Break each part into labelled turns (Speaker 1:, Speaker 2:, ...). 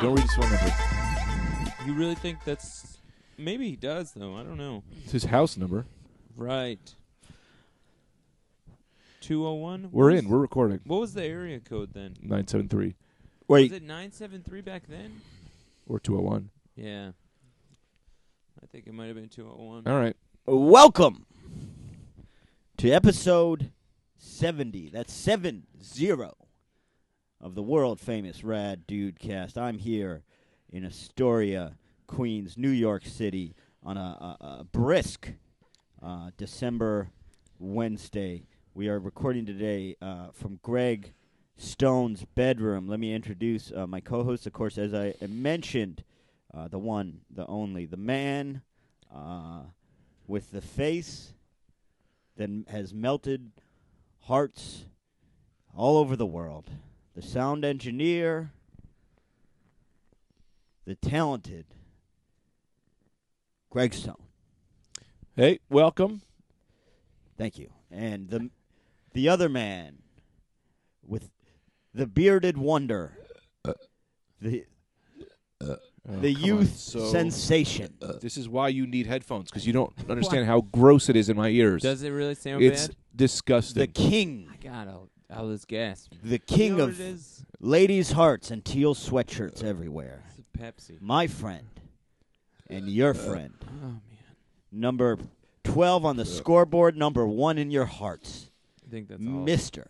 Speaker 1: he's swimming with.
Speaker 2: You really think that's. Maybe he does, though. I don't know.
Speaker 1: It's his house number.
Speaker 2: Right. 201?
Speaker 1: We're in. We're recording.
Speaker 2: What was the area code then?
Speaker 1: Nine seven three
Speaker 2: Was
Speaker 3: Wait,
Speaker 2: it 973 back then?
Speaker 1: or two hundred one.
Speaker 2: Yeah. I think it might have been 201.
Speaker 1: All right.
Speaker 3: welcome to episode 70. That's 7 0 of the world famous Rad Dude cast. I'm here in Astoria, Queens, New York City on a, a, a brisk uh, December Wednesday. We are recording today uh, from Greg Stone's bedroom. Let me introduce uh, my co host, of course, as I mentioned, uh, the one, the only, the man. Uh, with the face that m- has melted hearts all over the world. The sound engineer, the talented Greg Stone.
Speaker 1: Hey, welcome.
Speaker 3: Thank you. And the the other man with the bearded wonder, the
Speaker 1: Uh, Oh,
Speaker 3: the
Speaker 1: come on.
Speaker 3: youth
Speaker 1: So- uh,
Speaker 3: sensation.
Speaker 1: This is why you need headphones because you don't understand how gross it is in my ears.
Speaker 2: Does it really sound
Speaker 1: it's
Speaker 2: bad?
Speaker 1: disgusting.
Speaker 3: the king,
Speaker 2: I got all, all this gas.
Speaker 3: the king
Speaker 2: you know
Speaker 3: of
Speaker 2: What it is?
Speaker 3: ladies' hearts and teal sweatshirts everywhere.
Speaker 2: It's a Pepsi.
Speaker 3: my friend and your friend.
Speaker 2: Oh, man.
Speaker 3: Number 12 on the scoreboard, number one in your hearts,
Speaker 2: I think that's all.
Speaker 3: Mr.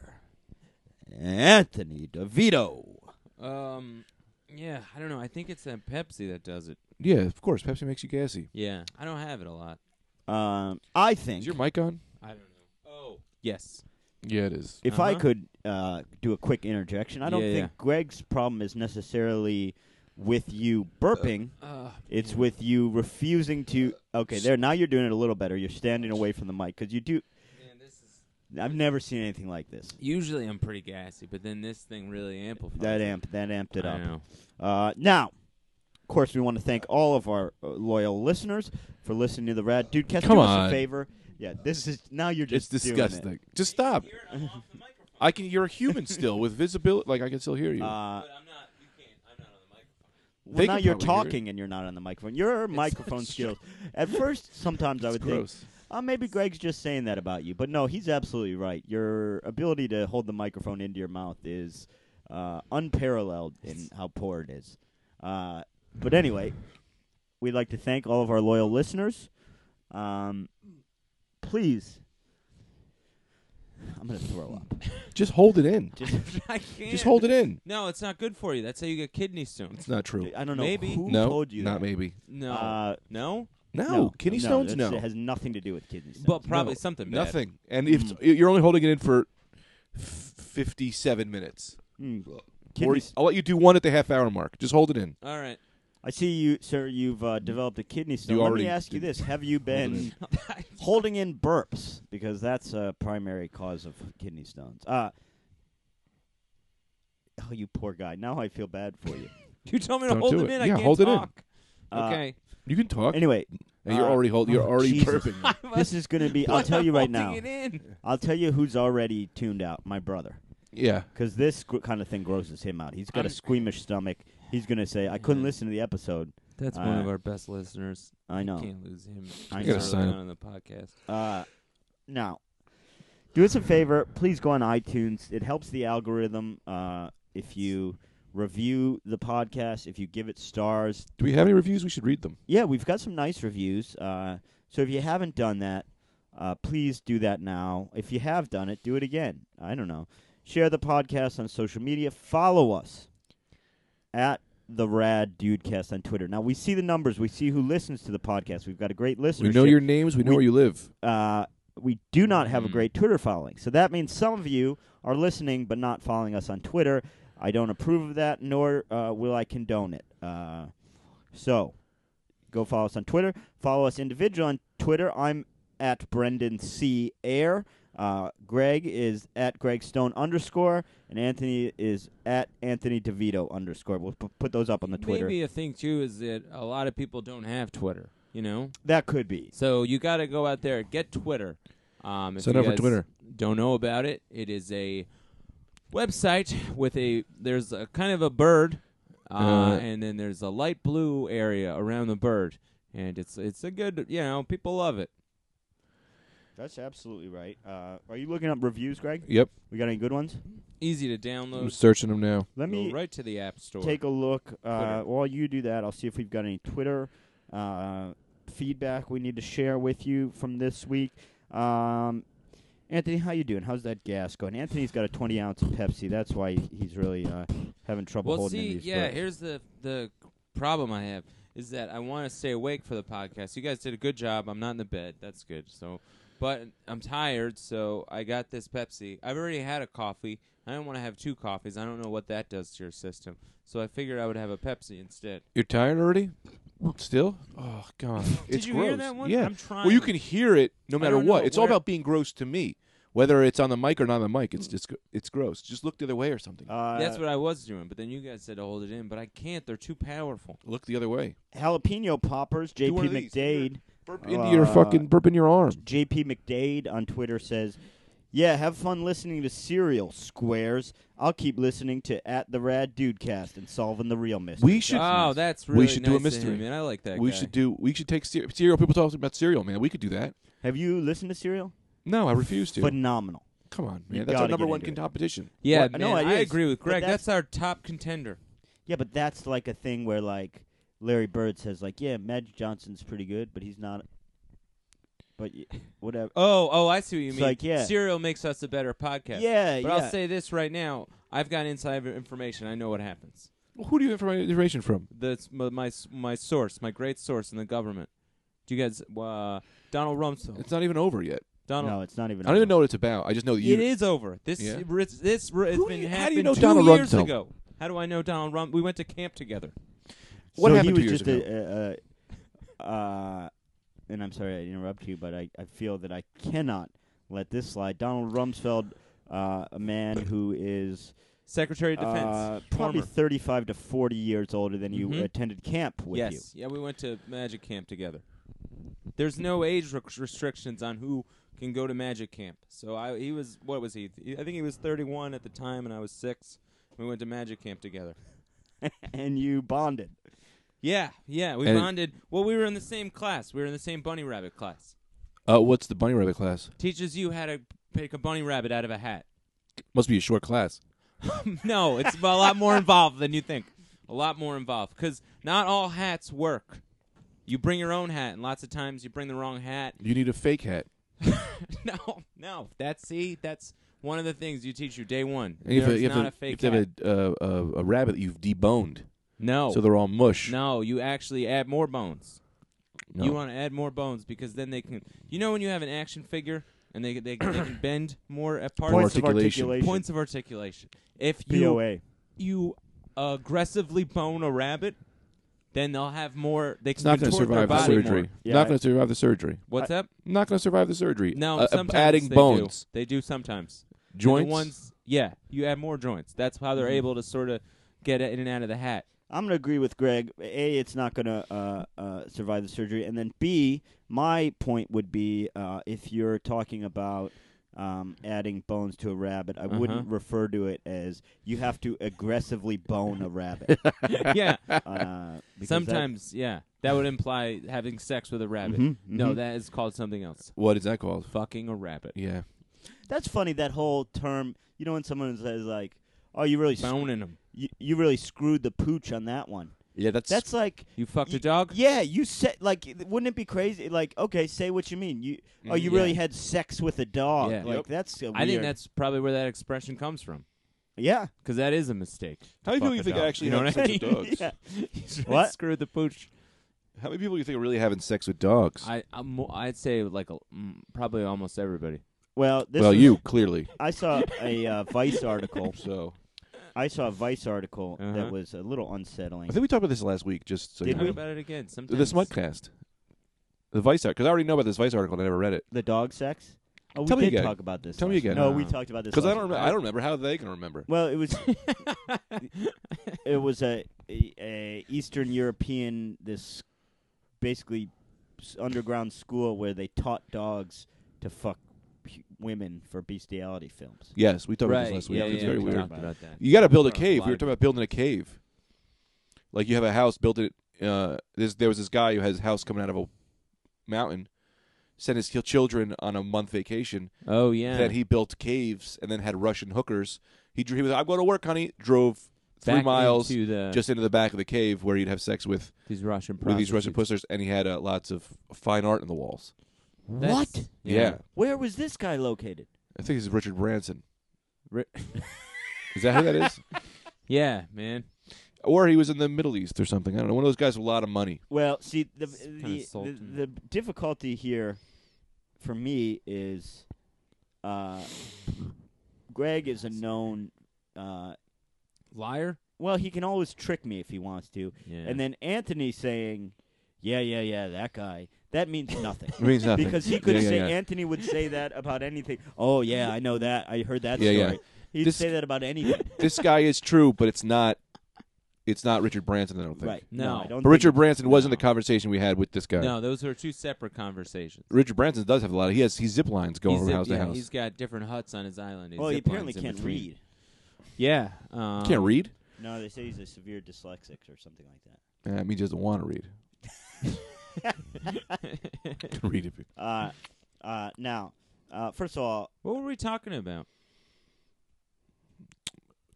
Speaker 3: Anthony DeVito.
Speaker 2: Um, yeah, I don't know. I think it's that Pepsi that does it.
Speaker 1: yeah, of course. Pepsi makes you gassy.
Speaker 2: Yeah, I don't have it a lot.
Speaker 3: Um, I
Speaker 1: Is
Speaker 3: think
Speaker 1: your mic on?
Speaker 2: I don't know. Oh, yes.
Speaker 1: Yeah, it is.
Speaker 3: if I
Speaker 2: Uh-huh.
Speaker 3: could uh, do a quick interjection, I don't
Speaker 2: Yeah,
Speaker 3: think
Speaker 2: yeah.
Speaker 3: Greg's problem is necessarily with you burping.
Speaker 2: Uh,
Speaker 3: It's with you refusing to. Okay, there. Now you're doing it a little better. You're standing away from the mic because you do.
Speaker 2: man, this is
Speaker 3: I've never seen anything like this.
Speaker 2: usually I'm pretty gassy, but then this thing really amplifies
Speaker 3: That
Speaker 2: it.
Speaker 3: amp. That amped it
Speaker 2: I
Speaker 3: up.
Speaker 2: know.
Speaker 3: Uh, now, of course, we want to thank all of our uh, loyal listeners for listening to the Rad Dude Cast.
Speaker 1: Come
Speaker 3: do us
Speaker 1: on.
Speaker 3: a favor. Yeah, this is now you're
Speaker 1: It's
Speaker 3: just doing it.
Speaker 1: disgusting. Just stop. I can. You're a human still with visibility. Like I can still hear you.
Speaker 3: Uh,
Speaker 2: I'm not. You can't. I'm not on the microphone.
Speaker 3: well, now
Speaker 1: can
Speaker 3: you're
Speaker 1: probably hear
Speaker 3: talking and you're not on the microphone. Your microphone skills. At first, sometimes I
Speaker 1: It's
Speaker 3: would think,
Speaker 1: gross.
Speaker 3: oh, maybe Greg's just saying that about you. But no, he's absolutely right. Your ability to hold the microphone into your mouth is uh, unparalleled in how poor it is. Uh, but anyway, we'd like to thank all of our loyal listeners. Um, please, I'm going to throw up.
Speaker 1: Just hold it in.
Speaker 3: Just,
Speaker 2: I can't.
Speaker 1: Just hold it in.
Speaker 2: No, it's not good for you. That's how you get kidney stones.
Speaker 1: It's not true.
Speaker 3: I don't know
Speaker 2: Maybe.
Speaker 3: who
Speaker 1: no,
Speaker 3: told you
Speaker 1: not
Speaker 3: that.
Speaker 1: maybe.
Speaker 2: No.
Speaker 3: Uh,
Speaker 2: no.
Speaker 1: No,
Speaker 3: no,
Speaker 1: kidney
Speaker 3: no,
Speaker 1: stones.
Speaker 3: that's-
Speaker 1: No,
Speaker 3: it has nothing to do with kidney stones.
Speaker 2: But probably
Speaker 1: No,
Speaker 2: something. Bad.
Speaker 1: nothing. And if
Speaker 2: Hmm.
Speaker 1: you're only holding it in for f- fifty-seven minutes,
Speaker 3: Mm.
Speaker 1: Or
Speaker 3: Kidney,
Speaker 1: I'll let you do one at the half-hour mark. Just hold it in.
Speaker 2: All right.
Speaker 3: I see you, sir. You've uh, developed a kidney stone. Let
Speaker 1: already
Speaker 3: me ask you
Speaker 1: did.
Speaker 3: this: Have you been holding in burps because that's a primary cause of kidney stones? Uh, oh, you poor guy. Now I feel bad for you.
Speaker 2: you told me to
Speaker 1: Don't
Speaker 2: hold
Speaker 1: do
Speaker 2: them
Speaker 1: it.
Speaker 2: in. I
Speaker 1: Yeah,
Speaker 2: can't
Speaker 1: hold it in.
Speaker 2: talk.
Speaker 3: Uh,
Speaker 2: okay.
Speaker 1: You can talk.
Speaker 3: Anyway,
Speaker 1: and you're
Speaker 3: uh,
Speaker 1: already holding. You're
Speaker 3: oh,
Speaker 1: already
Speaker 3: Jesus.
Speaker 1: burping.
Speaker 3: this is going to be. I'll
Speaker 2: But
Speaker 3: tell
Speaker 2: I'm
Speaker 3: you
Speaker 2: holding
Speaker 3: right now.
Speaker 2: It in.
Speaker 3: I'll tell you who's already tuned out. My brother,
Speaker 1: yeah.
Speaker 3: because this gr- kind of thing grosses him out. He's got a
Speaker 2: I'm-
Speaker 3: squeamish stomach. He's going to say, "I couldn't
Speaker 2: Yeah.
Speaker 3: listen to the episode."
Speaker 2: That's
Speaker 3: Uh,
Speaker 2: one of our best listeners.
Speaker 3: I know.
Speaker 2: Can't lose him.
Speaker 3: I
Speaker 2: He's
Speaker 3: gotta
Speaker 2: early
Speaker 1: sign
Speaker 2: on
Speaker 1: up.
Speaker 2: in the podcast.
Speaker 3: Uh, now, do us a favor. Please go on iTunes. It helps the algorithm uh, if you review the podcast, if you give it stars.
Speaker 1: Do we have any reviews? We should read them.
Speaker 3: Yeah, we've got some nice reviews. Uh, so if you haven't done that, uh, please do that now. If you have done it, do it again. I don't know. Share the podcast on social media. Follow us at the Rad Dudecast on Twitter. Now we see the numbers. We see who listens to the podcast. We've got a great listenership
Speaker 1: We know your names. We know
Speaker 3: We-
Speaker 1: where you live.
Speaker 3: uh, we do not have a
Speaker 2: Mm.
Speaker 3: great Twitter following. So that means some of you are listening but not following us on Twitter. I don't approve of that, nor uh, will I condone it. Uh, so go follow us on Twitter. Follow us individually on Twitter. I'm at Brendan C. Air. Uh, Greg is at Greg Stone underscore, and Anthony is at Anthony DeVito underscore. We'll p- put those up on the Twitter.
Speaker 2: Maybe a thing too is that a lot of people don't have Twitter. You know,
Speaker 3: That could be.
Speaker 2: so you got to go out there get Twitter. Um, if
Speaker 1: Sign
Speaker 2: you
Speaker 1: up for
Speaker 2: guys
Speaker 1: Twitter.
Speaker 2: Don't know about it? It is a website with a there's a kind of a bird. Uh,
Speaker 1: Uh-huh.
Speaker 4: Uh,
Speaker 2: and then there's a light blue area around the bird, and it's it's a good you know people love it.
Speaker 3: That's absolutely right. Uh, are you looking up reviews, Greg?
Speaker 4: Yep,
Speaker 3: We got any good ones?
Speaker 2: Easy to
Speaker 4: I'm
Speaker 2: download.
Speaker 4: searching them now.
Speaker 3: Let
Speaker 2: Go
Speaker 3: me
Speaker 2: right to the app store.
Speaker 3: take a look. Uh,
Speaker 2: Twitter.
Speaker 3: while you do that, I'll see if we've got any Twitter uh, feedback we need to share with you from this week. Um, Anthony, how you doing? How's that gas going? Anthony's got a 20 ounce Pepsi. That's why he's really uh, having trouble
Speaker 2: well,
Speaker 3: holding in
Speaker 2: see,
Speaker 3: these.
Speaker 2: yeah,
Speaker 3: burps.
Speaker 2: here's the the problem I have is that I want to stay awake for the podcast. You guys did a good job. I'm not in the bed. That's good. So, but I'm tired, so I got this Pepsi. I've already had a coffee. I don't want to have two coffees. I don't know what that does to your system. So I figured I would have a Pepsi instead.
Speaker 4: You're tired already? Still? Oh God, it's
Speaker 2: did you
Speaker 4: gross.
Speaker 2: hear that one?
Speaker 4: Yeah.
Speaker 2: I'm trying.
Speaker 1: Well, you can hear it no
Speaker 2: I
Speaker 1: matter
Speaker 2: don't
Speaker 1: what.
Speaker 2: know,
Speaker 1: It's all
Speaker 2: where-
Speaker 1: about being gross to me, whether it's on the mic or not on the mic. It's just it's gross. Just look the other way or something.
Speaker 3: Uh,
Speaker 2: That's what I was doing, but then you guys said to hold it in, but I can't. They're too powerful.
Speaker 1: look the other way.
Speaker 3: jalapeno poppers. JP
Speaker 1: one of these.
Speaker 3: McDade.
Speaker 1: Burp
Speaker 3: into
Speaker 1: into
Speaker 3: Uh,
Speaker 1: your
Speaker 3: your fucking-
Speaker 1: fucking burp in your arm.
Speaker 3: JP McDade on Twitter says, "Yeah, have fun listening to Serial Squares. I'll keep listening to at the Rad Dudecast and solving the real mystery."
Speaker 1: We should
Speaker 2: oh, that's really
Speaker 1: we should do a
Speaker 2: nice of him,
Speaker 1: mystery.
Speaker 2: man. I like that.
Speaker 1: we
Speaker 2: guy.
Speaker 1: should do we should take ser- cereal. People talk about cereal, man. We could do that.
Speaker 3: Have you listened to Serial?
Speaker 1: No, I refuse to.
Speaker 3: Phenomenal.
Speaker 1: Come on,
Speaker 3: You
Speaker 1: man. That's our
Speaker 3: gotta
Speaker 1: number
Speaker 3: get
Speaker 1: one
Speaker 3: into it.
Speaker 1: competition.
Speaker 2: Yeah,
Speaker 3: Well,
Speaker 2: man,
Speaker 3: no, it
Speaker 2: I
Speaker 3: is,
Speaker 2: agree with
Speaker 3: but
Speaker 2: Greg.
Speaker 3: that's-
Speaker 2: That's, our top contender.
Speaker 3: Yeah, but that's like a thing where like Larry Bird says like, yeah, Magic Johnson's pretty good, but he's not. But y- whatever.
Speaker 2: Oh, oh, I see what you
Speaker 3: It's
Speaker 2: mean.
Speaker 3: like, yeah.
Speaker 2: Serial makes us a better podcast.
Speaker 3: Yeah,
Speaker 2: but
Speaker 3: yeah.
Speaker 2: I'll say this right now: I've got inside information. I know what happens.
Speaker 1: Well, who do you have information from?
Speaker 2: That's my my, my source, my great source in the government. Do you guys, uh, Donald Rumsfeld?
Speaker 1: It's not even over yet.
Speaker 2: Donald,
Speaker 3: no, it's Oh. not even.
Speaker 1: I don't even
Speaker 3: over.
Speaker 1: know what it's about. I just know that you.
Speaker 2: it is over. This
Speaker 1: Yeah.
Speaker 2: ri- this ri- has
Speaker 1: Who do
Speaker 2: been
Speaker 1: you-
Speaker 2: happened
Speaker 1: how do you know
Speaker 2: two
Speaker 1: Donald
Speaker 2: years
Speaker 1: Rumsfeld?
Speaker 2: ago. How do I know Donald Rump? We went to camp together.
Speaker 1: What
Speaker 3: so
Speaker 1: happened
Speaker 3: he
Speaker 1: two
Speaker 3: was
Speaker 1: years
Speaker 3: just a, a, a uh, and I'm sorry I interrupt you, but I, I feel that I cannot let this slide. Donald Rumsfeld, uh, a man who is
Speaker 2: Secretary of Defense.
Speaker 3: uh, probably
Speaker 2: former.
Speaker 3: 35 to 40 years older than you
Speaker 1: Mm-hmm.
Speaker 2: Mhm.
Speaker 3: attended camp with
Speaker 2: yes.
Speaker 3: you.
Speaker 2: Yeah, we went to Magic Camp together. There's no age rec- restrictions on who can go to Magic Camp. So I, he was, what was he? I think he was 31 at the time, and I was six. We went to Magic Camp together.
Speaker 3: and you bonded.
Speaker 2: Yeah, yeah, we
Speaker 1: And-
Speaker 2: bonded. Well, we were in the same class. We were in the same bunny rabbit class.
Speaker 1: Uh, what's the bunny rabbit class?
Speaker 2: Teaches you how to pick a bunny rabbit out of a hat.
Speaker 1: Must be a short class.
Speaker 2: no, it's a lot more involved than you think. A lot more involved because not all hats work. You bring your own hat, and lots of times you bring the wrong hat.
Speaker 1: You need a fake hat.
Speaker 2: no, no. That's see, that's one of the things you teach you day one.
Speaker 1: And you have
Speaker 2: There's
Speaker 1: a- you have
Speaker 2: not
Speaker 1: a-
Speaker 2: a, fake
Speaker 1: you have
Speaker 2: hat.
Speaker 1: a, uh, a, a rabbit that you've deboned,
Speaker 2: no,
Speaker 1: so they're all mush.
Speaker 2: no. You actually add more bones.
Speaker 1: No.
Speaker 2: You want to add more bones because then they can. You know when you have an action figure and they they, they can bend more at parts.
Speaker 1: Points
Speaker 3: Points
Speaker 1: of
Speaker 3: of
Speaker 1: articulation.
Speaker 3: articulation.
Speaker 2: Points of articulation. If you
Speaker 3: POA.
Speaker 2: you aggressively bone a rabbit, then they'll have more. They
Speaker 1: it's
Speaker 2: can
Speaker 1: not going to
Speaker 2: contort their
Speaker 1: survive the
Speaker 2: body
Speaker 1: surgery.
Speaker 2: more.
Speaker 3: Yeah,
Speaker 1: not
Speaker 3: I-
Speaker 1: going to survive the surgery.
Speaker 2: What's up?
Speaker 1: Not going to survive the surgery.
Speaker 2: No,
Speaker 1: Uh, uh,
Speaker 2: sometimes
Speaker 1: adding
Speaker 2: they
Speaker 1: bones,
Speaker 2: Do. They do sometimes. And
Speaker 1: joints. Mm-hmm.
Speaker 2: The ones, yeah, you add more joints. That's how they're able to sort of get in and out of the hat.
Speaker 3: I'm going to agree with Greg. A, it's not going to uh, uh, survive the surgery. And then B, my point would be uh, if you're talking about um, adding bones to a rabbit, I
Speaker 2: Uh-huh.
Speaker 3: wouldn't refer to it as you have to aggressively bone a rabbit. uh,
Speaker 2: yeah,
Speaker 3: because that-
Speaker 2: sometimes, yeah, that would imply having sex with a rabbit.
Speaker 1: Mm-hmm,
Speaker 3: Mhm,
Speaker 2: No,
Speaker 3: mhm.
Speaker 2: that is called something else.
Speaker 1: What is that called?
Speaker 2: Fucking a rabbit.
Speaker 1: Yeah.
Speaker 3: That's funny, that whole term. You know, when someone says, like, oh, you really, sc-
Speaker 2: Boning them.
Speaker 3: you, you really screwed the pooch on that one.
Speaker 1: Yeah, that's.
Speaker 3: That's like
Speaker 2: You fucked
Speaker 3: You-
Speaker 2: a dog.
Speaker 3: Yeah, you said like, it- wouldn't it be crazy? Like, okay, say what you mean. You oh,
Speaker 1: Mm,
Speaker 3: you
Speaker 2: yeah.
Speaker 3: really had sex with a dog?
Speaker 2: Yeah.
Speaker 3: Like
Speaker 1: Yep.
Speaker 3: that's a weird.
Speaker 2: I think that's probably where that expression comes from,
Speaker 3: yeah.
Speaker 2: because that is a mistake.
Speaker 1: how many people you think
Speaker 2: dog.
Speaker 1: actually
Speaker 2: You know
Speaker 1: have
Speaker 2: what I
Speaker 1: sex with dogs?
Speaker 3: yeah.
Speaker 2: What?
Speaker 3: What?
Speaker 2: Screwed the pooch.
Speaker 1: How many people you think are really having sex with dogs?
Speaker 2: I I'm, mo- I'd say like a, mm, probably almost everybody.
Speaker 3: Well, this
Speaker 1: well,
Speaker 3: was-
Speaker 1: you clearly.
Speaker 3: I saw a uh, Vice article.
Speaker 1: So
Speaker 3: I saw a Vice article
Speaker 2: Uh-huh.
Speaker 3: that was a little unsettling.
Speaker 1: I think we talked about this last week. Just so
Speaker 3: Did
Speaker 1: you
Speaker 2: Talk
Speaker 1: know.
Speaker 3: we?
Speaker 2: about it again. Sometimes
Speaker 1: the Smutcast, the Vice article. Because I already know about this Vice article. and I never read it.
Speaker 3: the dog sex. Oh, we
Speaker 1: Tell me
Speaker 3: did
Speaker 1: again.
Speaker 3: talk about this.
Speaker 1: Tell me
Speaker 3: last
Speaker 1: again.
Speaker 3: night. No, we
Speaker 2: No.
Speaker 3: talked about this.
Speaker 1: Because I
Speaker 3: last
Speaker 1: don't. Remember,
Speaker 3: night.
Speaker 1: I don't remember how they can remember.
Speaker 3: Well, it was it was a, a, a Eastern European this basically s- underground school where they taught dogs to fuck hu- women for bestiality films.
Speaker 1: Yes, we talked about
Speaker 2: right.
Speaker 1: this last week.
Speaker 2: yeah,
Speaker 1: it's
Speaker 2: yeah,
Speaker 1: very
Speaker 2: we
Speaker 1: weird.
Speaker 2: talked about that.
Speaker 1: You got to build a
Speaker 2: Or a
Speaker 1: cave. We
Speaker 2: lot
Speaker 1: were
Speaker 2: of
Speaker 1: talking about building a cave. Like you have a house built it. Uh, there's, there was this guy who has his house coming out of a mountain. Sent his ki- children on a month vacation.
Speaker 2: Oh yeah.
Speaker 1: That he built caves and then had Russian hookers. He, dr- he was, I'm going to work, honey. Drove three
Speaker 2: Back
Speaker 1: miles
Speaker 2: into the,
Speaker 1: just into the back of the cave where he'd have sex with,
Speaker 2: these Russian
Speaker 1: with these Russian
Speaker 2: prostitutes.
Speaker 1: pussers, and he had uh, lots of fine art in the walls.
Speaker 3: What?
Speaker 2: That's-
Speaker 1: Yeah.
Speaker 3: Where was this guy located?
Speaker 1: I think it's Richard Branson.
Speaker 2: Ri-
Speaker 1: Is that who that is?
Speaker 2: Yeah, man.
Speaker 1: Or he was in the Middle East or something. I don't know. One of those guys with a lot of money.
Speaker 3: Well, see, the
Speaker 2: It's
Speaker 3: the,
Speaker 2: kinda
Speaker 3: the,
Speaker 2: insulting.
Speaker 3: the difficulty here for me is, uh, Greg is a known. Uh,
Speaker 2: Liar.
Speaker 3: well, he can always trick me if he wants to,
Speaker 2: Yeah.
Speaker 3: and then Anthony saying, "Yeah, yeah, yeah, that guy." That means nothing.
Speaker 1: It means nothing.
Speaker 3: Because he could
Speaker 1: yeah, yeah,
Speaker 3: say
Speaker 1: yeah.
Speaker 3: Anthony would say that about anything. Oh yeah, I know that. I heard that
Speaker 1: Yeah, yeah.
Speaker 3: story. He'd
Speaker 1: This-
Speaker 3: say that about anything.
Speaker 1: this guy is true, but it's not. It's not Richard Branson. I don't think.
Speaker 3: right.
Speaker 2: No.
Speaker 3: I
Speaker 1: But
Speaker 3: don't think
Speaker 1: Richard Branson was in
Speaker 2: No.
Speaker 1: the conversation we had with this guy.
Speaker 2: no, those are two separate conversations.
Speaker 1: Richard Branson does have a lot. Of, he has he zip lines going
Speaker 2: He's
Speaker 1: from
Speaker 2: zip-
Speaker 1: house
Speaker 2: yeah,
Speaker 1: to house.
Speaker 2: He's got different huts on his island. He
Speaker 3: Well, he
Speaker 2: zip
Speaker 3: apparently
Speaker 2: lines in
Speaker 3: can't
Speaker 2: between.
Speaker 3: read.
Speaker 2: Yeah. Um,
Speaker 1: Can't read.
Speaker 3: No, they say he's a severe dyslexic or something like that.
Speaker 1: Yeah, I mean, he doesn't want to read. Can read it.
Speaker 3: Uh, uh, now, uh, first of all,
Speaker 2: what were we talking about?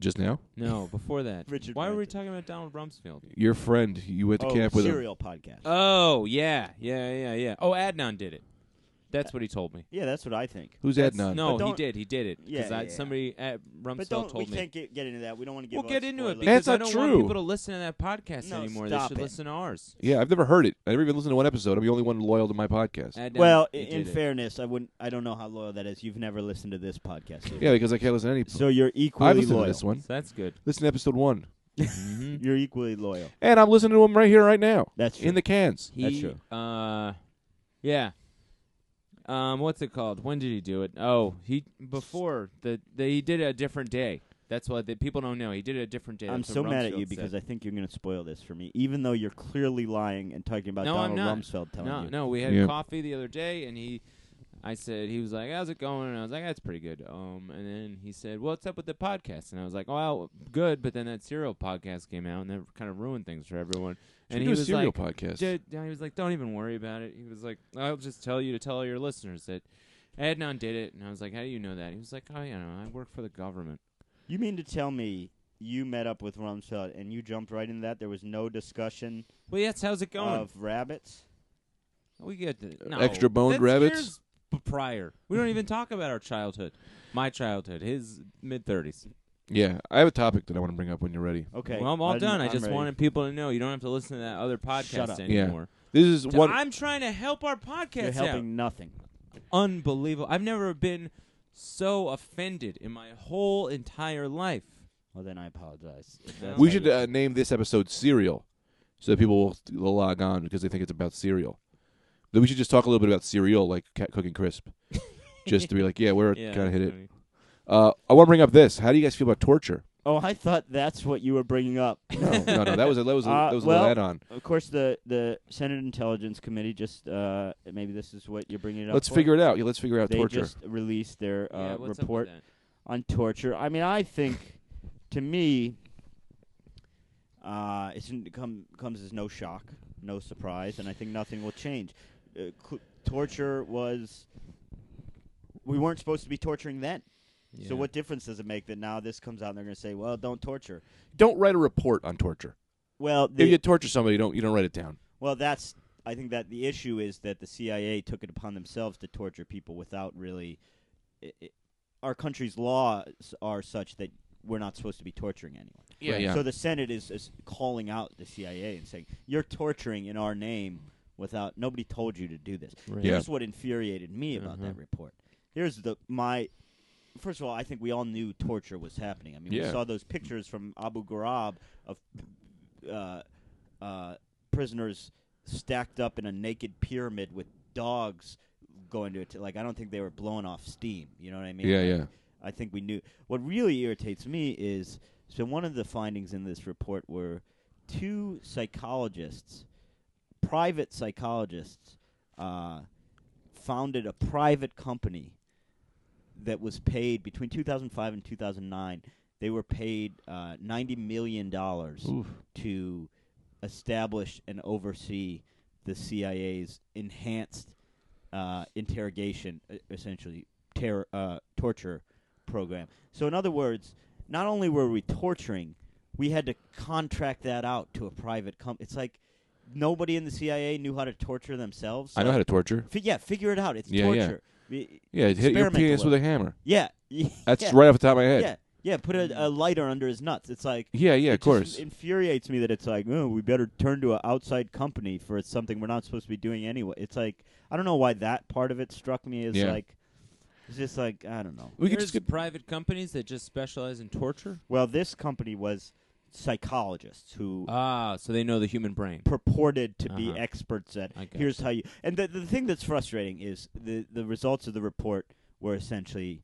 Speaker 1: Just now,
Speaker 2: No, before that.
Speaker 3: Richard
Speaker 2: Why were we
Speaker 3: Branson.
Speaker 2: talking about Donald Rumsfeld?
Speaker 1: your friend you went to
Speaker 3: oh,
Speaker 1: camp with him. Uh,
Speaker 3: serial podcast.
Speaker 2: Oh yeah, yeah, yeah, yeah. Oh, Adnan did it. That's what he told me.
Speaker 3: yeah, that's what I think.
Speaker 1: Who's
Speaker 2: That's-
Speaker 1: Adnan?
Speaker 2: No,
Speaker 3: But
Speaker 2: he
Speaker 3: don't-
Speaker 2: did. He did it.
Speaker 3: Yeah,
Speaker 2: 'Cause I,
Speaker 3: yeah, yeah.
Speaker 2: Somebody at Rumsfeld
Speaker 3: But don't we
Speaker 2: told me.
Speaker 3: can't get, get into that. We don't want to give.
Speaker 2: We'll
Speaker 3: away
Speaker 2: get into it
Speaker 3: spoilers.
Speaker 2: because
Speaker 1: That's
Speaker 2: I
Speaker 1: not
Speaker 2: don't want
Speaker 1: true.
Speaker 2: people to listen to that podcast
Speaker 3: No,
Speaker 2: anymore. They
Speaker 3: stop
Speaker 2: should
Speaker 3: it.
Speaker 2: listen to ours.
Speaker 1: Yeah, I've never heard it. I never even listened to one episode. I'm the only one loyal to my podcast.
Speaker 2: Adnan,
Speaker 3: well, i-
Speaker 2: he
Speaker 3: in
Speaker 2: did it.
Speaker 3: fairness, I wouldn't. I don't know how loyal that is. You've never listened to this podcast, have you?
Speaker 1: Yeah, because I can't listen to any.
Speaker 3: so you're equally
Speaker 1: I listened
Speaker 3: loyal.
Speaker 1: to this one.
Speaker 2: So that's good.
Speaker 1: Listen to episode one,
Speaker 2: Mhm.
Speaker 3: You're equally loyal.
Speaker 1: and I'm listening to him right here, right now,
Speaker 3: That's true.
Speaker 1: in the cans.
Speaker 2: He,
Speaker 3: That's true.
Speaker 2: Uh, yeah. Um, what's it called? When did he do it? Oh, he before the, the he did it a different day. That's why the people don't know. He did it a different day.
Speaker 3: I'm
Speaker 2: That's what
Speaker 3: so mad at
Speaker 2: Rumsfeld
Speaker 3: you
Speaker 2: said.
Speaker 3: because I think you're going to spoil this for me, even though you're clearly lying and talking about
Speaker 2: No, I'm
Speaker 3: Donald
Speaker 2: not.
Speaker 3: Rumsfeld telling
Speaker 2: no,
Speaker 3: you.
Speaker 2: no, we had
Speaker 1: Yeah.
Speaker 2: coffee the other day, and he, I said he was like, "How's it going?" And I was like, "That's pretty good." Um, and then he said, "What's up with the podcast?" And I was like, "Well, good," but then that serial podcast came out, and that kind of ruined things for everyone.
Speaker 1: Should
Speaker 2: and
Speaker 1: we
Speaker 2: he
Speaker 1: do a
Speaker 2: was
Speaker 1: serial
Speaker 2: like,
Speaker 1: podcast.
Speaker 2: Dude, yeah, he was like, "Don't even worry about it." He was like, "I'll just tell you to tell all your listeners that Adnan did it." And I was like, "How do you know that?" He was like, "Oh, you know, I work for the government."
Speaker 3: You mean to tell me you met up with Rumsfeld and you jumped right into that? There was no discussion
Speaker 2: Well, yes. How's it going?
Speaker 3: of rabbits.
Speaker 2: we get the,
Speaker 1: Uh,
Speaker 2: no,
Speaker 1: extra boned
Speaker 2: that's
Speaker 1: rabbits?
Speaker 2: years b- prior. We don't even talk about our childhood. My childhood, his mid thirties.
Speaker 1: Yeah, I have a topic that I want to bring up when you're ready.
Speaker 3: Okay,
Speaker 2: well, I'm all done. I
Speaker 3: I'm
Speaker 2: just
Speaker 3: ready.
Speaker 2: wanted people to know you don't have to listen to that other
Speaker 3: Shut
Speaker 2: podcast
Speaker 3: up.
Speaker 1: Yeah.
Speaker 2: anymore.
Speaker 1: This is
Speaker 2: So
Speaker 1: one.
Speaker 2: I'm trying to help our
Speaker 3: You're
Speaker 2: podcast out.
Speaker 3: helping nothing.
Speaker 2: Unbelievable. I've never been so offended in my whole entire life.
Speaker 3: Well, then I apologize. If
Speaker 2: No.
Speaker 3: that's
Speaker 1: we
Speaker 3: how
Speaker 1: should
Speaker 3: you-
Speaker 1: uh, name this episode "Serial," so that people will, will log on because they think it's about cereal. Then we should just talk a little bit about cereal, like cat cooking crisp, just to be like, yeah, we're
Speaker 2: Yeah,
Speaker 1: kind of hit it.
Speaker 2: funny.
Speaker 1: Uh, I want to bring up this. How do you guys feel about torture? Oh,
Speaker 3: oh, I thought that's what you were bringing up. No,
Speaker 1: No, no, that was a, that was a,
Speaker 3: Uh,
Speaker 1: that was a
Speaker 3: well-
Speaker 1: little add-on.
Speaker 3: of course the the Senate Intelligence Committee just uh, maybe this is what you're bringing it up.
Speaker 1: Let's
Speaker 3: for.
Speaker 1: figure it out. Yeah, let's figure out
Speaker 3: They
Speaker 1: torture.
Speaker 3: just released their uh,
Speaker 2: Yeah, what's up with
Speaker 3: report
Speaker 2: that?
Speaker 3: on torture. I mean, I think, to me, uh, it's it come, comes as no shock, no surprise, and I think nothing will change. Uh, cl- torture was. We weren't supposed to be torturing then.
Speaker 2: Yeah.
Speaker 3: So what difference does it make that now this comes out and they're going to say, "Well, don't torture."
Speaker 1: Don't write a report on torture.
Speaker 3: Well,
Speaker 1: if
Speaker 3: the,
Speaker 1: you torture somebody, you don't you don't write it down.
Speaker 3: well, that's. I think that the issue is that the CIA took it upon themselves to torture people without really. i i our country's laws are such that we're not supposed to be torturing anyone.
Speaker 1: Yeah,
Speaker 2: Right.
Speaker 1: yeah.
Speaker 3: So the Senate is, is calling out the CIA and saying, "You're torturing in our name without nobody told you to do this."
Speaker 2: Right.
Speaker 1: Yeah.
Speaker 3: Here's what infuriated me about that
Speaker 2: Mhm.
Speaker 3: report. Here's the my first of all, I think we all knew torture was happening. I mean, we
Speaker 1: Yeah.
Speaker 3: saw those pictures from Abu Ghraib of uh, uh, prisoners stacked up in a naked pyramid with dogs going to it. Like I don't think they were blowing off steam. You know what I mean?
Speaker 1: yeah,
Speaker 3: Like,
Speaker 1: yeah.
Speaker 3: I think we knew. What really irritates me is so one of the findings in this report were two psychologists, private psychologists, uh, founded a private company that was paid between 2005 and 2009. They were paid uh, ninety million dollars to establish and oversee the CIA's enhanced uh, interrogation, e- essentially terror, uh, torture program. So, in other words, not only were we torturing, we had to contract that out to a private company. It's like nobody in the CIA knew how to torture themselves.
Speaker 1: I know how to torture.
Speaker 3: Fi- yeah, figure it out. It's
Speaker 1: Yeah, yeah.
Speaker 3: torture. We-
Speaker 1: Yeah, hit your
Speaker 3: Experimental
Speaker 1: penis with
Speaker 3: way.
Speaker 1: a hammer.
Speaker 3: Yeah,
Speaker 1: That's
Speaker 3: yeah,
Speaker 1: right off the top of my head.
Speaker 3: Yeah, yeah. Put a, a lighter under his nuts. It's like
Speaker 1: Yeah, yeah,
Speaker 3: it
Speaker 1: of
Speaker 3: just
Speaker 1: course.
Speaker 3: infuriates me that it's like, oh, we better turn to an outside company for something we're not supposed to be doing anyway. It's like I don't know why that part of it struck me as
Speaker 1: Yeah.
Speaker 3: like it's just like I don't know.
Speaker 1: we could
Speaker 2: There's
Speaker 1: just get
Speaker 2: private companies that just specialize in torture.
Speaker 3: Well, this company was psychologists who
Speaker 1: Uh-huh.
Speaker 2: Ah, so they know the human brain.
Speaker 3: purported to be
Speaker 2: Uh-huh.
Speaker 3: experts at
Speaker 2: I got
Speaker 3: here's how you and the, the thing that's frustrating is the the results of the report were essentially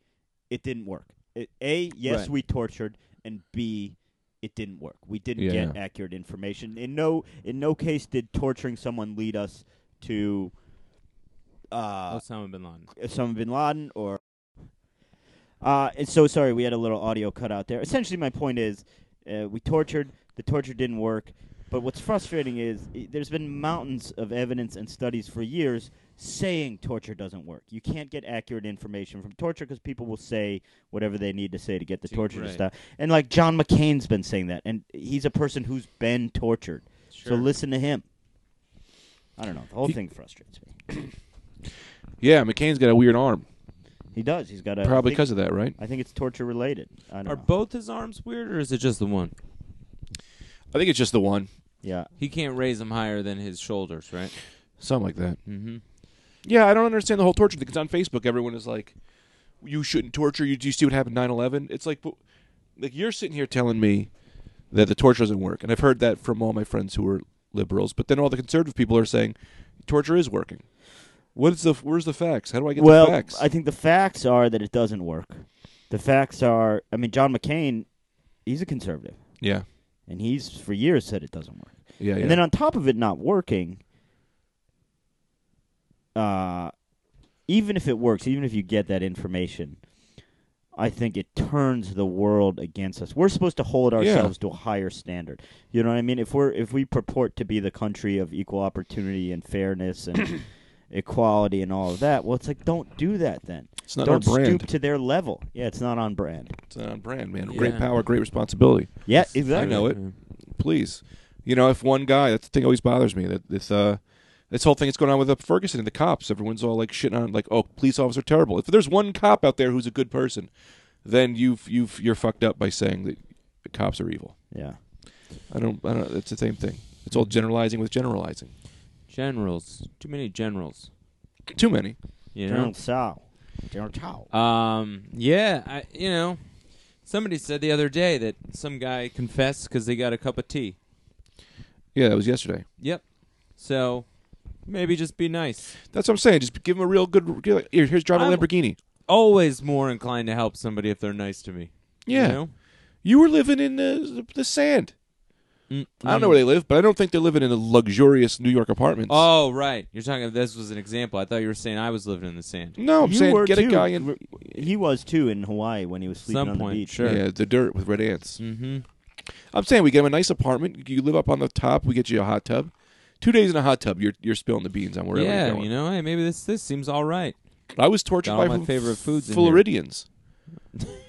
Speaker 3: it didn't work it, a yes
Speaker 2: Right.
Speaker 3: we tortured and b it didn't work we didn't
Speaker 1: Yeah,
Speaker 3: get
Speaker 1: yeah.
Speaker 3: accurate information in no in no case did torturing someone lead us to uh
Speaker 2: Osama bin Laden.
Speaker 3: Osama bin Laden or. Uh, it's so sorry, we had a little audio cut out there. Essentially, my point is, uh, we tortured. The torture didn't work. But what's frustrating is i- there's been mountains of evidence and studies for years saying torture doesn't work. You can't get accurate information from torture because people will say whatever they need to say to get the
Speaker 2: To-
Speaker 3: torture to
Speaker 2: right.
Speaker 3: stop. And like John McCain's been saying that, and he's a person who's been tortured.
Speaker 2: Sure.
Speaker 3: So listen to him. I don't know. The whole
Speaker 1: He-
Speaker 3: thing frustrates me.
Speaker 1: Yeah, McCain's got a weird arm.
Speaker 3: He does. He's got a I
Speaker 1: Probably
Speaker 3: think-
Speaker 1: because of that, right?
Speaker 3: I think it's torture related. I don't
Speaker 2: Are
Speaker 3: know.
Speaker 2: both his arms weird, or is it just the one?
Speaker 1: I think it's just the one.
Speaker 3: yeah.
Speaker 2: He can't raise them higher than his shoulders, right?
Speaker 1: Something like that.
Speaker 2: Mm-hmm.
Speaker 1: Yeah, I don't understand the whole torture thing. Because on Facebook, everyone is like, "You shouldn't torture." You do you see what happened 9-11? It's like, but, like you're sitting here telling me that the torture doesn't work, and I've heard that from all my friends who are liberals. But then all the conservative people are saying torture is working. What is the where's the facts? How do I get
Speaker 3: Well,
Speaker 1: the facts?
Speaker 3: I think the facts are that it doesn't work. The facts are, I mean, John McCain, he's a conservative,
Speaker 1: yeah,
Speaker 3: and he's for years said it doesn't work.
Speaker 1: yeah, yeah.
Speaker 3: And then on top of it not working, uh, even if it works, even if you get that information, I think it turns the world against us. We're supposed to hold
Speaker 1: Yeah.
Speaker 3: ourselves to a higher standard. You know what I mean? If we're if we purport to be the country of equal opportunity and fairness and equality and all of that, well, it's like don't do that then.
Speaker 1: it's not on
Speaker 3: don't
Speaker 1: brand.
Speaker 3: stoop to their level. Yeah, it's not on brand.
Speaker 1: It's not on brand, man.
Speaker 2: Yeah.
Speaker 1: Great power, great responsibility.
Speaker 3: Yeah, exactly.
Speaker 1: know it. please. You know, if one guy, that's the thing that always bothers me. That this uh, this whole thing that's going on with uh, Ferguson and the cops. Everyone's all like shitting on, like, oh, police officers are terrible. If there's one cop out there who's a good person, then you've you've you're fucked up by saying that the cops are evil.
Speaker 3: Yeah.
Speaker 1: I don't. I don't. It's the same thing. It's all generalizing with generalizing.
Speaker 2: Generals. Too many generals.
Speaker 1: Too many.
Speaker 2: You know.
Speaker 3: General Tso. General Tso.
Speaker 2: Um. Yeah. I. You know. Somebody said the other day that some guy confessed because they got a cup of tea.
Speaker 1: Yeah, that was yesterday.
Speaker 2: Yep. So maybe just be nice. That's
Speaker 1: That's what I'm saying. Just give him a real good. give, like, Here, here's drive a
Speaker 2: I'm-
Speaker 1: Lamborghini.
Speaker 2: always more inclined to help somebody if they're nice to me.
Speaker 1: Yeah,
Speaker 2: You know?
Speaker 1: you were living in the, the sand.
Speaker 2: Mm,
Speaker 1: I don't know where they live, but I don't think they're living in a luxurious New York apartments.
Speaker 2: Oh right, you're talking. This was an example. I thought you were saying I was living in the sand.
Speaker 1: no, I'm
Speaker 3: You
Speaker 1: saying
Speaker 3: were
Speaker 1: get
Speaker 3: too.
Speaker 1: a guy in
Speaker 3: He was too in Hawaii when he was sleeping
Speaker 2: Some
Speaker 3: on
Speaker 2: point,
Speaker 3: the beach.
Speaker 2: sure.
Speaker 1: Yeah, the dirt with red ants.
Speaker 2: Mm-hmm.
Speaker 1: I'm saying we get him a nice apartment. You live up on the top. We get you a hot tub. Two days in a hot tub. You're you're spilling the beans on wherever
Speaker 2: yeah,
Speaker 1: you're going.
Speaker 2: you know, hey, maybe this this seems all right.
Speaker 1: I was tortured
Speaker 2: Got
Speaker 1: by
Speaker 2: all my
Speaker 1: f-
Speaker 2: favorite foods in here.
Speaker 1: Floridians.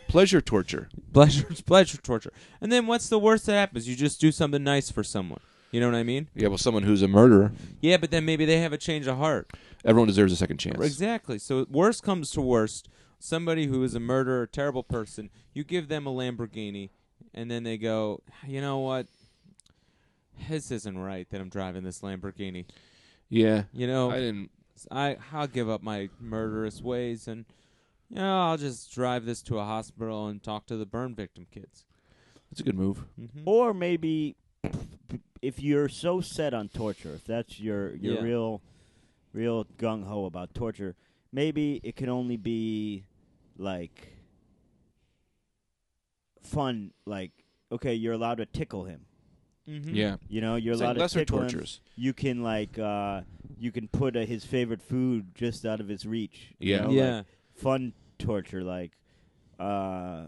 Speaker 1: Pleasure torture.
Speaker 2: Pleasure, pleasure, torture. And then what's the worst that happens? You just do something nice for someone. You know what I mean?
Speaker 1: Yeah, well, someone who's a murderer.
Speaker 2: Yeah, but then maybe they have a change of heart.
Speaker 1: Everyone deserves a second chance.
Speaker 2: Exactly. So worst comes to worst, somebody who is a murderer, terrible person, you give them a Lamborghini, and then they go, you know what? This isn't right that I'm driving this Lamborghini.
Speaker 1: Yeah.
Speaker 2: You know,
Speaker 1: I didn't.
Speaker 2: I I'll give up my murderous ways and you know, I'll just drive this to a hospital and talk to the burn victim kids.
Speaker 1: That's a good move.
Speaker 2: hmm
Speaker 3: Or maybe if you're so set on torture, if that's your your
Speaker 2: Yeah.
Speaker 3: real real gung ho about torture, maybe it can only be like fun. Like okay, you're allowed to tickle him.
Speaker 2: Mm-hmm.
Speaker 1: Yeah.
Speaker 3: You know, you're
Speaker 1: It's like
Speaker 3: allowed
Speaker 1: lesser
Speaker 3: to tickle him.
Speaker 1: tortures.
Speaker 3: You can like uh you can put uh, his favorite food just out of his reach. you
Speaker 1: Yeah.
Speaker 3: know, like,
Speaker 2: Yeah.
Speaker 3: fun torture like uh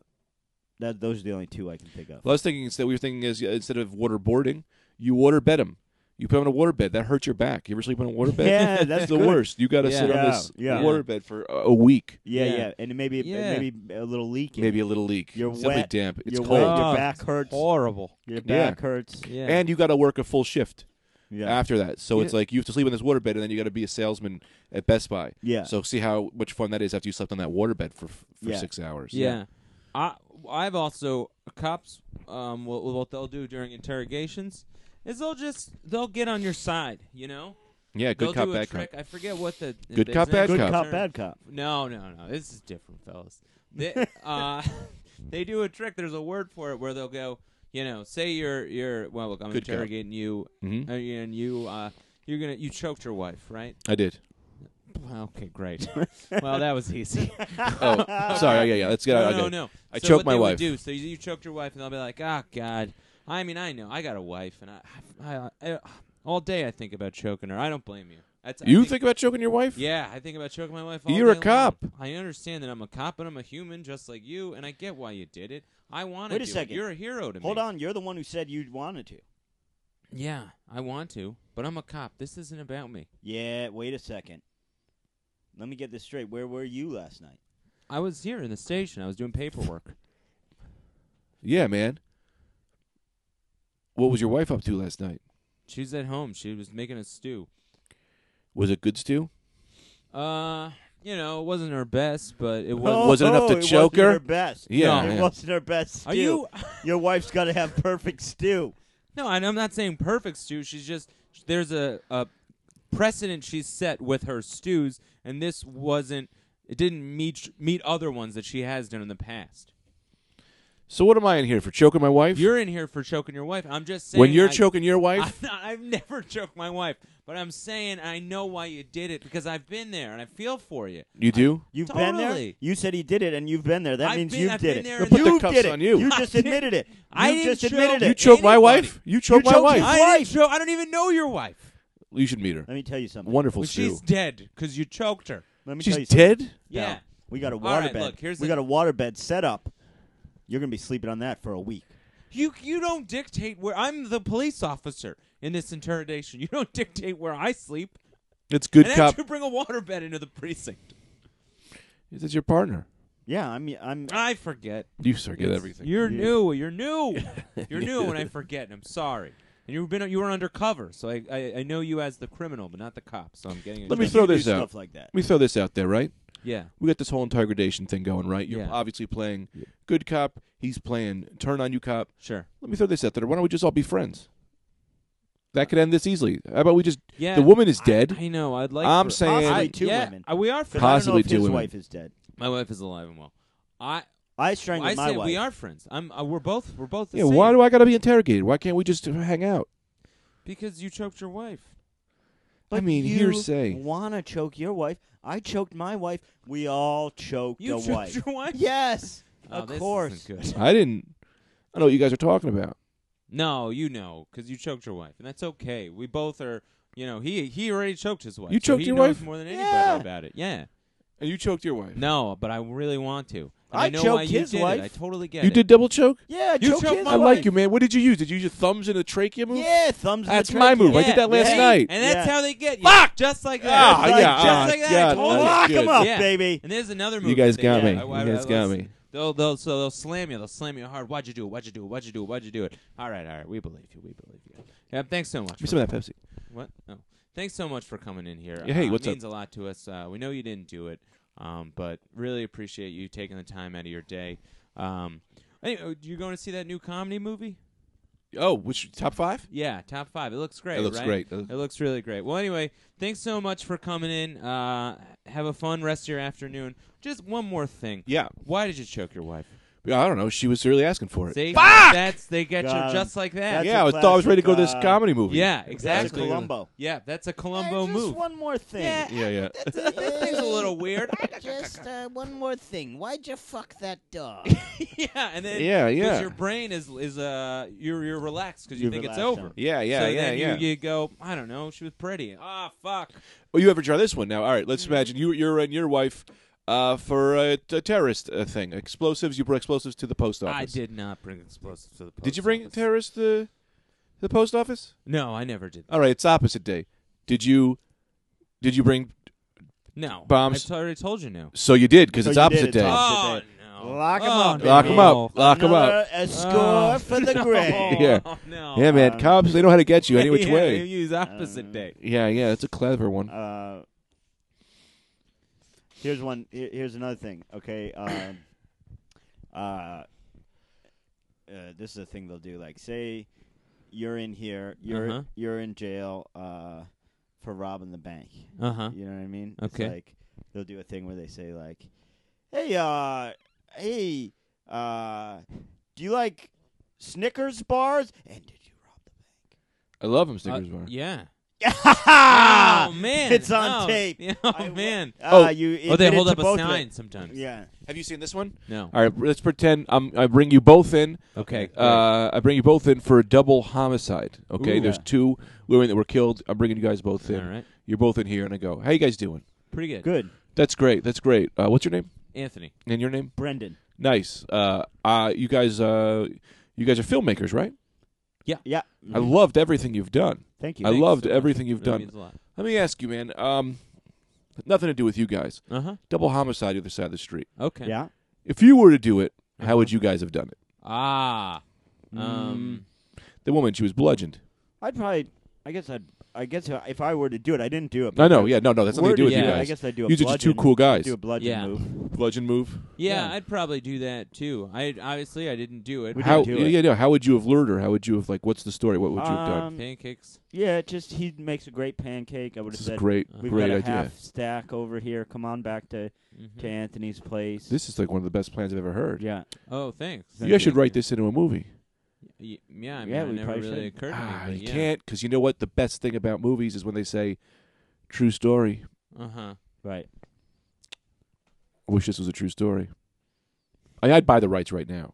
Speaker 3: that those are the only two I can think of.
Speaker 1: uh, Well, I was thinking instead we were thinking is yeah, instead of waterboarding, you waterbed him. You put on a waterbed. That hurts your back. You ever sleep on a waterbed?
Speaker 3: Yeah, that's
Speaker 1: the
Speaker 3: good.
Speaker 1: worst. You got to
Speaker 2: Yeah.
Speaker 1: sit on
Speaker 3: Yeah,
Speaker 1: this
Speaker 3: yeah.
Speaker 1: waterbed for a a week.
Speaker 3: Yeah, yeah,
Speaker 2: Yeah.
Speaker 3: and maybe
Speaker 2: Yeah.
Speaker 3: maybe a little leak. in
Speaker 1: Maybe
Speaker 3: it.
Speaker 1: a little leak.
Speaker 3: You're
Speaker 1: it's definitely
Speaker 3: wet.
Speaker 1: damp. It's
Speaker 3: You're
Speaker 1: cold.
Speaker 3: wet. Your
Speaker 2: Oh,
Speaker 3: back hurts.
Speaker 2: Horrible.
Speaker 3: Your
Speaker 1: Yeah. Ah,
Speaker 3: back hurts.
Speaker 2: Yeah.
Speaker 1: And you got to work a full shift
Speaker 3: Yeah,
Speaker 1: after that. So it's like you have to sleep on this waterbed, and then you got to be a salesman at Best Buy.
Speaker 3: yeah.
Speaker 1: So see how much fun that is after you slept on that waterbed for for
Speaker 3: Yeah.
Speaker 1: six hours.
Speaker 2: Yeah. I I've also cops um what, what they'll do during interrogations is they'll just they'll get on your side, you know?
Speaker 1: yeah. Good
Speaker 2: they'll
Speaker 1: cop,
Speaker 2: do a
Speaker 1: bad
Speaker 2: trick.
Speaker 1: cop.
Speaker 2: I forget what the
Speaker 1: Good
Speaker 2: the
Speaker 1: cop,
Speaker 2: exact
Speaker 1: bad
Speaker 3: good
Speaker 1: cop.
Speaker 3: cop,
Speaker 2: term-
Speaker 3: bad cop.
Speaker 2: No, no, no. This is different, fellas. They, uh, they do a trick. There's a word for it where they'll go, you know, say you're you're well, look, I'm
Speaker 1: Good cop.
Speaker 2: interrogating you,
Speaker 1: Mhm.
Speaker 2: uh, and you uh, you're gonna you choked your wife, right?
Speaker 1: I did.
Speaker 2: Okay, great. well, that was easy.
Speaker 1: Oh, sorry. Yeah, yeah. Let's get
Speaker 2: no,
Speaker 1: out.
Speaker 2: no,
Speaker 1: okay.
Speaker 2: no.
Speaker 1: I
Speaker 2: so
Speaker 1: choked
Speaker 2: what
Speaker 1: my
Speaker 2: they would
Speaker 1: wife.
Speaker 2: Do, so you, you choked your wife, and they'll be like, "Ah, God." I mean, I know. I got a wife, and I, I, I, all day I think about choking her. I don't blame you. That's, I
Speaker 1: You
Speaker 2: think-
Speaker 1: think about choking your wife?
Speaker 2: Yeah, I think about choking my wife. All
Speaker 1: You're a
Speaker 2: day long.
Speaker 1: cop.
Speaker 2: I understand that I'm a cop and I'm a human just like you, and I get why you did it. I want to.
Speaker 3: Wait a
Speaker 2: do
Speaker 3: second.
Speaker 2: It. You're a hero to me.
Speaker 3: Hold on, you're the one who said you wanted to.
Speaker 2: Yeah, I want to, but I'm a cop. This isn't about me.
Speaker 3: Yeah, wait a second. Let me get this straight. Where were you last night?
Speaker 2: I was here in the station. I was doing paperwork.
Speaker 1: Yeah, man. What was your wife up to last night?
Speaker 2: She was at home. She was making a stew.
Speaker 1: Was it good stew?
Speaker 2: Uh, you know, it wasn't her best, but it was.
Speaker 1: Oh, was it enough to
Speaker 3: it
Speaker 1: choke
Speaker 3: wasn't
Speaker 1: her?
Speaker 3: her best.
Speaker 1: Yeah,
Speaker 3: it
Speaker 1: yeah.
Speaker 3: wasn't her best. Stew.
Speaker 2: Are you?
Speaker 3: Your wife's got to have perfect stew.
Speaker 2: No, and I'm not saying perfect stew. She's just there's a, a precedent she's set with her stews, and this wasn't. It didn't meet meet other ones that she has done in the past.
Speaker 1: So what am I in here for? Choking my wife?
Speaker 2: You're in here for choking your wife. I'm just saying.
Speaker 1: when you're
Speaker 2: I-
Speaker 1: choking your wife,
Speaker 2: I'm not, I've never choked my wife, but I'm saying I know why you did it because I've been there and I feel for you.
Speaker 1: you do.
Speaker 3: You've been there.
Speaker 2: Totally.
Speaker 3: You said he did it, and you've been there. That
Speaker 2: I've
Speaker 3: means
Speaker 2: been-
Speaker 3: you
Speaker 2: I've
Speaker 3: did
Speaker 2: been
Speaker 3: it.
Speaker 2: there
Speaker 1: We'll
Speaker 2: and
Speaker 1: put the
Speaker 2: there.
Speaker 3: you
Speaker 1: cuffs
Speaker 3: did it.
Speaker 1: on you.
Speaker 3: You just admitted it.
Speaker 2: I
Speaker 3: you
Speaker 2: didn't
Speaker 3: just admitted
Speaker 2: choke.
Speaker 3: it.
Speaker 1: you choked my
Speaker 2: anybody.
Speaker 1: wife. You choked my
Speaker 3: choked
Speaker 1: wife.
Speaker 3: your
Speaker 2: I
Speaker 3: wife.
Speaker 2: didn't choke. I don't even know your wife.
Speaker 1: You should meet her.
Speaker 3: Let me tell you something.
Speaker 1: Wonderful
Speaker 2: Well,
Speaker 1: stew.
Speaker 2: she's dead because you choked her.
Speaker 3: Let me tell you
Speaker 1: She's
Speaker 3: something.
Speaker 1: dead.
Speaker 3: pal.
Speaker 2: Yeah.
Speaker 3: We got a
Speaker 2: All right,
Speaker 3: waterbed.
Speaker 2: look, here's
Speaker 3: we
Speaker 2: the-
Speaker 3: got a waterbed set up. You're gonna be sleeping on that for a week.
Speaker 2: You you don't dictate where I'm the police officer in this interrogation. You don't dictate where I sleep.
Speaker 1: It's good
Speaker 2: and
Speaker 1: cop.
Speaker 2: you bring a waterbed into the precinct.
Speaker 1: This is your partner.
Speaker 3: Yeah, I'm. I'm.
Speaker 2: I forget.
Speaker 1: You forget everything.
Speaker 2: You're
Speaker 3: Yeah.
Speaker 2: new. You're new. You're new, and I forget. And I'm sorry. And you've been you were undercover, so I, I I know you as the criminal, but not the cop. So I'm getting.
Speaker 1: Let me
Speaker 3: you
Speaker 1: throw
Speaker 3: do
Speaker 1: this out.
Speaker 3: Stuff like that.
Speaker 1: Let me throw this out there, right?
Speaker 2: Yeah.
Speaker 1: We got this whole entire gradation thing going, right? You're
Speaker 2: Yeah.
Speaker 1: obviously playing good cop. He's playing turn on you cop.
Speaker 2: Sure.
Speaker 1: Let me throw this out there. Why don't we just all be friends? That could end this easily. How about we just?
Speaker 2: Yeah.
Speaker 1: The woman is
Speaker 2: I-
Speaker 1: dead.
Speaker 2: I, know. I'd like.
Speaker 1: I'm
Speaker 2: for-
Speaker 1: saying-
Speaker 2: I,
Speaker 3: Possibly two
Speaker 2: yeah,
Speaker 3: women.
Speaker 2: uh, We are.
Speaker 3: But
Speaker 2: Friends.
Speaker 3: I don't know
Speaker 1: Possibly
Speaker 3: if
Speaker 1: two
Speaker 3: his
Speaker 1: women.
Speaker 3: wife is dead.
Speaker 2: My wife is alive and well. I.
Speaker 3: I
Speaker 2: I
Speaker 3: strangled my
Speaker 2: say
Speaker 3: wife.
Speaker 2: we are friends. I'm. Uh, we're both. We're both. The
Speaker 1: Yeah.
Speaker 2: same.
Speaker 1: Why do I got to be interrogated? Why can't we just hang out?
Speaker 2: Because you choked your wife.
Speaker 1: I mean,
Speaker 3: you
Speaker 1: hearsay.
Speaker 3: Want to choke your wife? I choked my wife. We all choked
Speaker 2: You
Speaker 3: a
Speaker 2: choked
Speaker 3: wife.
Speaker 2: your wife.
Speaker 3: Yes,
Speaker 2: Oh,
Speaker 3: of
Speaker 2: this isn't
Speaker 3: course.
Speaker 2: good.
Speaker 1: I didn't. I know what you guys are talking about.
Speaker 2: No, you know, because you choked your wife, and that's okay. We both are. You know, he he already choked his wife.
Speaker 1: You
Speaker 2: so
Speaker 1: choked
Speaker 2: he
Speaker 1: your
Speaker 2: knows
Speaker 1: wife?
Speaker 2: more than anybody
Speaker 3: Yeah.
Speaker 2: about it. Yeah.
Speaker 1: And you choked your wife.
Speaker 2: No, but I really want to. And
Speaker 3: I
Speaker 2: I know why
Speaker 3: choked
Speaker 2: you
Speaker 3: his
Speaker 2: did it.
Speaker 3: wife.
Speaker 2: I totally get
Speaker 1: You
Speaker 2: it.
Speaker 1: did double choke.
Speaker 3: Yeah, I
Speaker 2: You
Speaker 3: choked,
Speaker 2: choked
Speaker 3: his
Speaker 2: my
Speaker 1: I
Speaker 3: wife.
Speaker 1: like you, man. What did you use? Did you use your thumbs in the trachea move?
Speaker 3: Yeah, thumbs. in the
Speaker 1: That's my
Speaker 3: trachea.
Speaker 1: move. I did that last
Speaker 2: yeah.
Speaker 1: night.
Speaker 2: and that's
Speaker 3: Yeah.
Speaker 2: how they get you.
Speaker 1: Fuck!
Speaker 2: Just like that.
Speaker 1: Ah,
Speaker 3: Like,
Speaker 1: yeah,
Speaker 2: just
Speaker 1: ah,
Speaker 2: like that.
Speaker 1: God,
Speaker 2: I
Speaker 1: that
Speaker 2: totally
Speaker 1: was
Speaker 3: Lock
Speaker 1: good.
Speaker 3: him up,
Speaker 2: Yeah.
Speaker 3: baby.
Speaker 2: And there's another movie.
Speaker 1: You guys
Speaker 2: that
Speaker 1: got
Speaker 2: they
Speaker 1: me.
Speaker 2: I- I-
Speaker 1: You guys
Speaker 2: I-
Speaker 1: got
Speaker 2: let's-
Speaker 1: me.
Speaker 2: They'll, they'll, so they'll slam you. They'll slam you hard. Why'd you do it? Why'd you do it? Why'd you do it? Why'd you do it? All right, all right. We believe you. We believe you. Yeah, thanks so much.
Speaker 1: Give me some of that Pepsi.
Speaker 2: What? Oh, thanks so much for coming in here.
Speaker 1: Yeah, hey,
Speaker 2: Uh,
Speaker 1: what's
Speaker 2: it
Speaker 1: up?
Speaker 2: means a lot to us. Uh, we know you didn't do it, um, but really appreciate you taking the time out of your day. Um, anyway, you going to see that new comedy movie?
Speaker 1: Oh, which top five?
Speaker 2: Yeah, top five. It looks great.
Speaker 1: It looks
Speaker 2: right?
Speaker 1: great. It looks-
Speaker 2: It looks really great. Well, anyway, thanks so much for coming in. Uh, have a fun rest of your afternoon. Just one more thing.
Speaker 1: Yeah.
Speaker 2: Why did you choke your wife?
Speaker 1: I don't know. She was really asking for it.
Speaker 2: See, that's they get
Speaker 3: Got
Speaker 2: you
Speaker 3: 'em.
Speaker 2: just like that.
Speaker 3: That's
Speaker 1: yeah,
Speaker 3: a
Speaker 1: I was- thought I was ready to go to this
Speaker 3: classic, uh,
Speaker 1: comedy movie.
Speaker 2: yeah,
Speaker 3: That's
Speaker 2: exactly.
Speaker 3: Columbo.
Speaker 2: Yeah, that's a
Speaker 3: Hey,
Speaker 2: Columbo
Speaker 3: just
Speaker 2: move.
Speaker 3: one more thing.
Speaker 2: Yeah,
Speaker 1: Yeah, yeah.
Speaker 2: this thing's a little weird.
Speaker 5: Just uh, one more thing. Why'd you fuck that dog?
Speaker 2: yeah, and then
Speaker 1: Yeah, yeah.
Speaker 2: because your brain is is uh you're you're relaxed because you
Speaker 3: You're
Speaker 2: think it's
Speaker 3: relaxed on
Speaker 2: over.
Speaker 3: it.
Speaker 1: Yeah, yeah,
Speaker 2: so
Speaker 1: yeah,
Speaker 2: then
Speaker 1: yeah.
Speaker 2: You, you go, I don't know, she was pretty. Ah, fuck.
Speaker 1: Oh, you ever try this one now? All right, let's imagine you, you're and your wife uh, for a, t- a terrorist uh, thing. Explosives. You brought explosives to the post office.
Speaker 2: I did not bring explosives to the. Post
Speaker 1: Did you bring
Speaker 2: office.
Speaker 1: terrorist? Uh, the post office?
Speaker 2: No, I never did. That.
Speaker 1: All right, it's opposite day. Did you? Did you bring?
Speaker 2: No,
Speaker 1: Bombs.
Speaker 2: I t- already told you no.
Speaker 1: So you did because
Speaker 3: So
Speaker 1: it's
Speaker 3: you did,
Speaker 1: opposite
Speaker 3: it's
Speaker 1: day.
Speaker 3: opposite.
Speaker 2: Oh
Speaker 3: did.
Speaker 2: no!
Speaker 3: Lock 'em
Speaker 2: oh,
Speaker 3: up,
Speaker 2: no.
Speaker 1: Lock 'em up.
Speaker 2: No.
Speaker 1: Lock 'em up.
Speaker 3: A score
Speaker 2: Oh,
Speaker 3: for the
Speaker 2: no.
Speaker 3: gray.
Speaker 1: Yeah.
Speaker 2: No.
Speaker 1: Yeah, man. Cops, they know how to get you any which
Speaker 2: Yeah, they
Speaker 1: way.
Speaker 2: use
Speaker 3: Uh-huh.
Speaker 2: opposite day.
Speaker 1: Yeah, yeah, that's a clever one.
Speaker 3: Uh, here's one. here- Here's another thing. Okay. Um, uh, uh, this is a thing they'll do. Like, say you're in here. You're
Speaker 2: Uh-huh.
Speaker 3: you're in jail uh, for robbing the bank.
Speaker 2: Uh huh.
Speaker 3: You know what I mean?
Speaker 2: Okay.
Speaker 3: It's like they'll do a thing where they say like, "Hey, uh, hey, uh, do you like Snickers bars? And did you rob the bank?"
Speaker 1: I love them Snickers bar.
Speaker 2: Uh, yeah.
Speaker 3: oh
Speaker 2: oh man,
Speaker 3: It's on
Speaker 2: Oh.
Speaker 3: tape.
Speaker 2: Yeah,
Speaker 3: I
Speaker 2: Oh
Speaker 3: wa-
Speaker 2: man.
Speaker 3: Uh, you
Speaker 2: Oh, they
Speaker 3: admitted
Speaker 2: hold
Speaker 3: to
Speaker 2: up a
Speaker 3: both of
Speaker 2: sign
Speaker 3: it.
Speaker 2: sometimes.
Speaker 3: Yeah.
Speaker 1: Have you seen this one?
Speaker 2: No.
Speaker 1: All right, let's pretend I'm, I bring you both in.
Speaker 2: Okay. great.
Speaker 1: Uh, I bring you both in for a double homicide. Okay,
Speaker 2: Ooh.
Speaker 1: there's two women that were killed. I'm bringing you guys both in.
Speaker 2: All right.
Speaker 1: You're both in here, and I go, "How you guys doing?
Speaker 2: Pretty good.
Speaker 3: Good.
Speaker 1: That's great. That's great. Uh, what's your name?
Speaker 2: Anthony.
Speaker 1: And your name?
Speaker 3: Brendan.
Speaker 1: Nice. Uh, uh, you guys, uh, you guys are filmmakers, right?
Speaker 3: Yeah. Mm-hmm.
Speaker 1: I loved everything you've done.
Speaker 3: Thank you.
Speaker 1: I
Speaker 2: Thanks
Speaker 1: loved
Speaker 2: so much.
Speaker 1: everything you've
Speaker 2: That
Speaker 1: done.
Speaker 2: means a lot.
Speaker 1: Let me ask you, man. Um, nothing to do with you guys.
Speaker 2: Uh huh.
Speaker 1: Double homicide the other side of the street.
Speaker 2: Okay.
Speaker 3: Yeah.
Speaker 1: If you were to do it, how would you guys have done it?
Speaker 2: Ah.
Speaker 3: Mm.
Speaker 2: Um.
Speaker 1: The woman, she was bludgeoned.
Speaker 3: Mm-hmm. I'd probably. I guess I'd. I guess if I were to do it, I didn't do it.
Speaker 1: I know. Yeah, no, no, that's nothing to
Speaker 3: Word-
Speaker 1: do with you
Speaker 2: yeah,
Speaker 1: guys.
Speaker 3: I guess I'd do a
Speaker 1: You two just two
Speaker 3: bludgeon-
Speaker 1: cool guys.
Speaker 3: Do a bludgeon
Speaker 2: Yeah.
Speaker 3: move.
Speaker 1: bludgeon move.
Speaker 2: Yeah,
Speaker 3: Yeah.
Speaker 2: I'd probably do that too. I obviously I didn't do it.
Speaker 3: We
Speaker 1: How?
Speaker 3: do
Speaker 1: yeah,
Speaker 3: it.
Speaker 1: yeah, no. How would you have lured her? How would you have like? What's the story? What would you have done?
Speaker 3: Um,
Speaker 2: Pancakes.
Speaker 3: Yeah. Just he makes a great pancake. I would
Speaker 1: This
Speaker 3: have
Speaker 1: is
Speaker 3: said.
Speaker 1: great,
Speaker 2: uh,
Speaker 3: We've
Speaker 1: great
Speaker 3: got a
Speaker 1: idea.
Speaker 3: half stack over here. Come on back to, to
Speaker 2: Mhm.
Speaker 3: Anthony's place.
Speaker 1: This is like one of the best plans I've ever heard.
Speaker 3: yeah.
Speaker 2: Oh, thanks.
Speaker 1: you guys should
Speaker 3: you.
Speaker 1: write this into a movie.
Speaker 2: Y- yeah, I mean,
Speaker 3: Yeah,
Speaker 2: it
Speaker 3: we
Speaker 2: never
Speaker 3: probably
Speaker 2: really
Speaker 3: should.
Speaker 2: occurred to me.
Speaker 1: Ah,
Speaker 2: but
Speaker 1: you
Speaker 2: yeah.
Speaker 1: can't, because you know what? The best thing about movies is when they say true story.
Speaker 2: Uh huh.
Speaker 3: Right.
Speaker 1: I wish this was a true story. I, I'd buy the rights right now.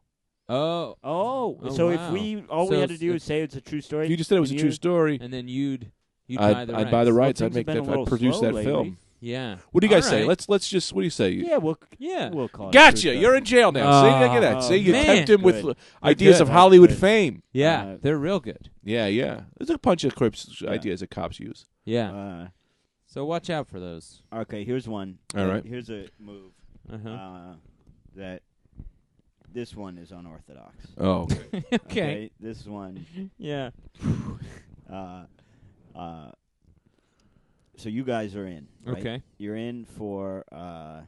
Speaker 2: Oh,
Speaker 3: Oh,
Speaker 2: Oh,
Speaker 3: so if
Speaker 2: wow.
Speaker 3: we all
Speaker 2: So
Speaker 3: we had to
Speaker 2: it's-
Speaker 3: do
Speaker 2: it's-
Speaker 3: is say it's a true story.
Speaker 1: If you just said it was a
Speaker 3: and
Speaker 1: true
Speaker 3: you-
Speaker 1: story,
Speaker 2: and then you'd you'd
Speaker 1: I'd,
Speaker 2: buy the
Speaker 1: I'd buy the rights.
Speaker 2: rights.
Speaker 3: Well,
Speaker 1: I'd
Speaker 3: things
Speaker 1: make
Speaker 3: have
Speaker 1: that.
Speaker 3: been
Speaker 1: I'd
Speaker 3: a little
Speaker 1: produce
Speaker 3: slow
Speaker 1: that
Speaker 3: lately.
Speaker 1: film.
Speaker 2: Yeah.
Speaker 1: What do you guys
Speaker 2: All
Speaker 1: say?
Speaker 2: right.
Speaker 1: Let's let's just. What do you say?
Speaker 3: Yeah, we'll
Speaker 2: Yeah.
Speaker 3: we'll call. it a true
Speaker 1: Gotcha.
Speaker 3: story.
Speaker 1: You're in jail now. See, look at that.
Speaker 3: Oh,
Speaker 1: See, you
Speaker 2: man.
Speaker 1: tempt him with
Speaker 3: Good.
Speaker 1: ideas
Speaker 2: good.
Speaker 1: of
Speaker 3: That's
Speaker 1: Hollywood
Speaker 3: good.
Speaker 1: fame.
Speaker 2: yeah,
Speaker 3: Uh,
Speaker 2: they're real good.
Speaker 1: Yeah, yeah. There's a bunch of crips ideas that cops use.
Speaker 2: Yeah.
Speaker 3: Uh,
Speaker 2: so watch out for those.
Speaker 3: okay, here's one.
Speaker 1: All
Speaker 3: Uh,
Speaker 1: right.
Speaker 3: Here's a move
Speaker 2: Uh-huh.
Speaker 3: uh, that this one is unorthodox.
Speaker 1: Oh, okay.
Speaker 2: okay.
Speaker 3: This one.
Speaker 2: Yeah.
Speaker 3: Uh, uh, so you guys are in. right?
Speaker 2: Okay.
Speaker 3: You're in for uh,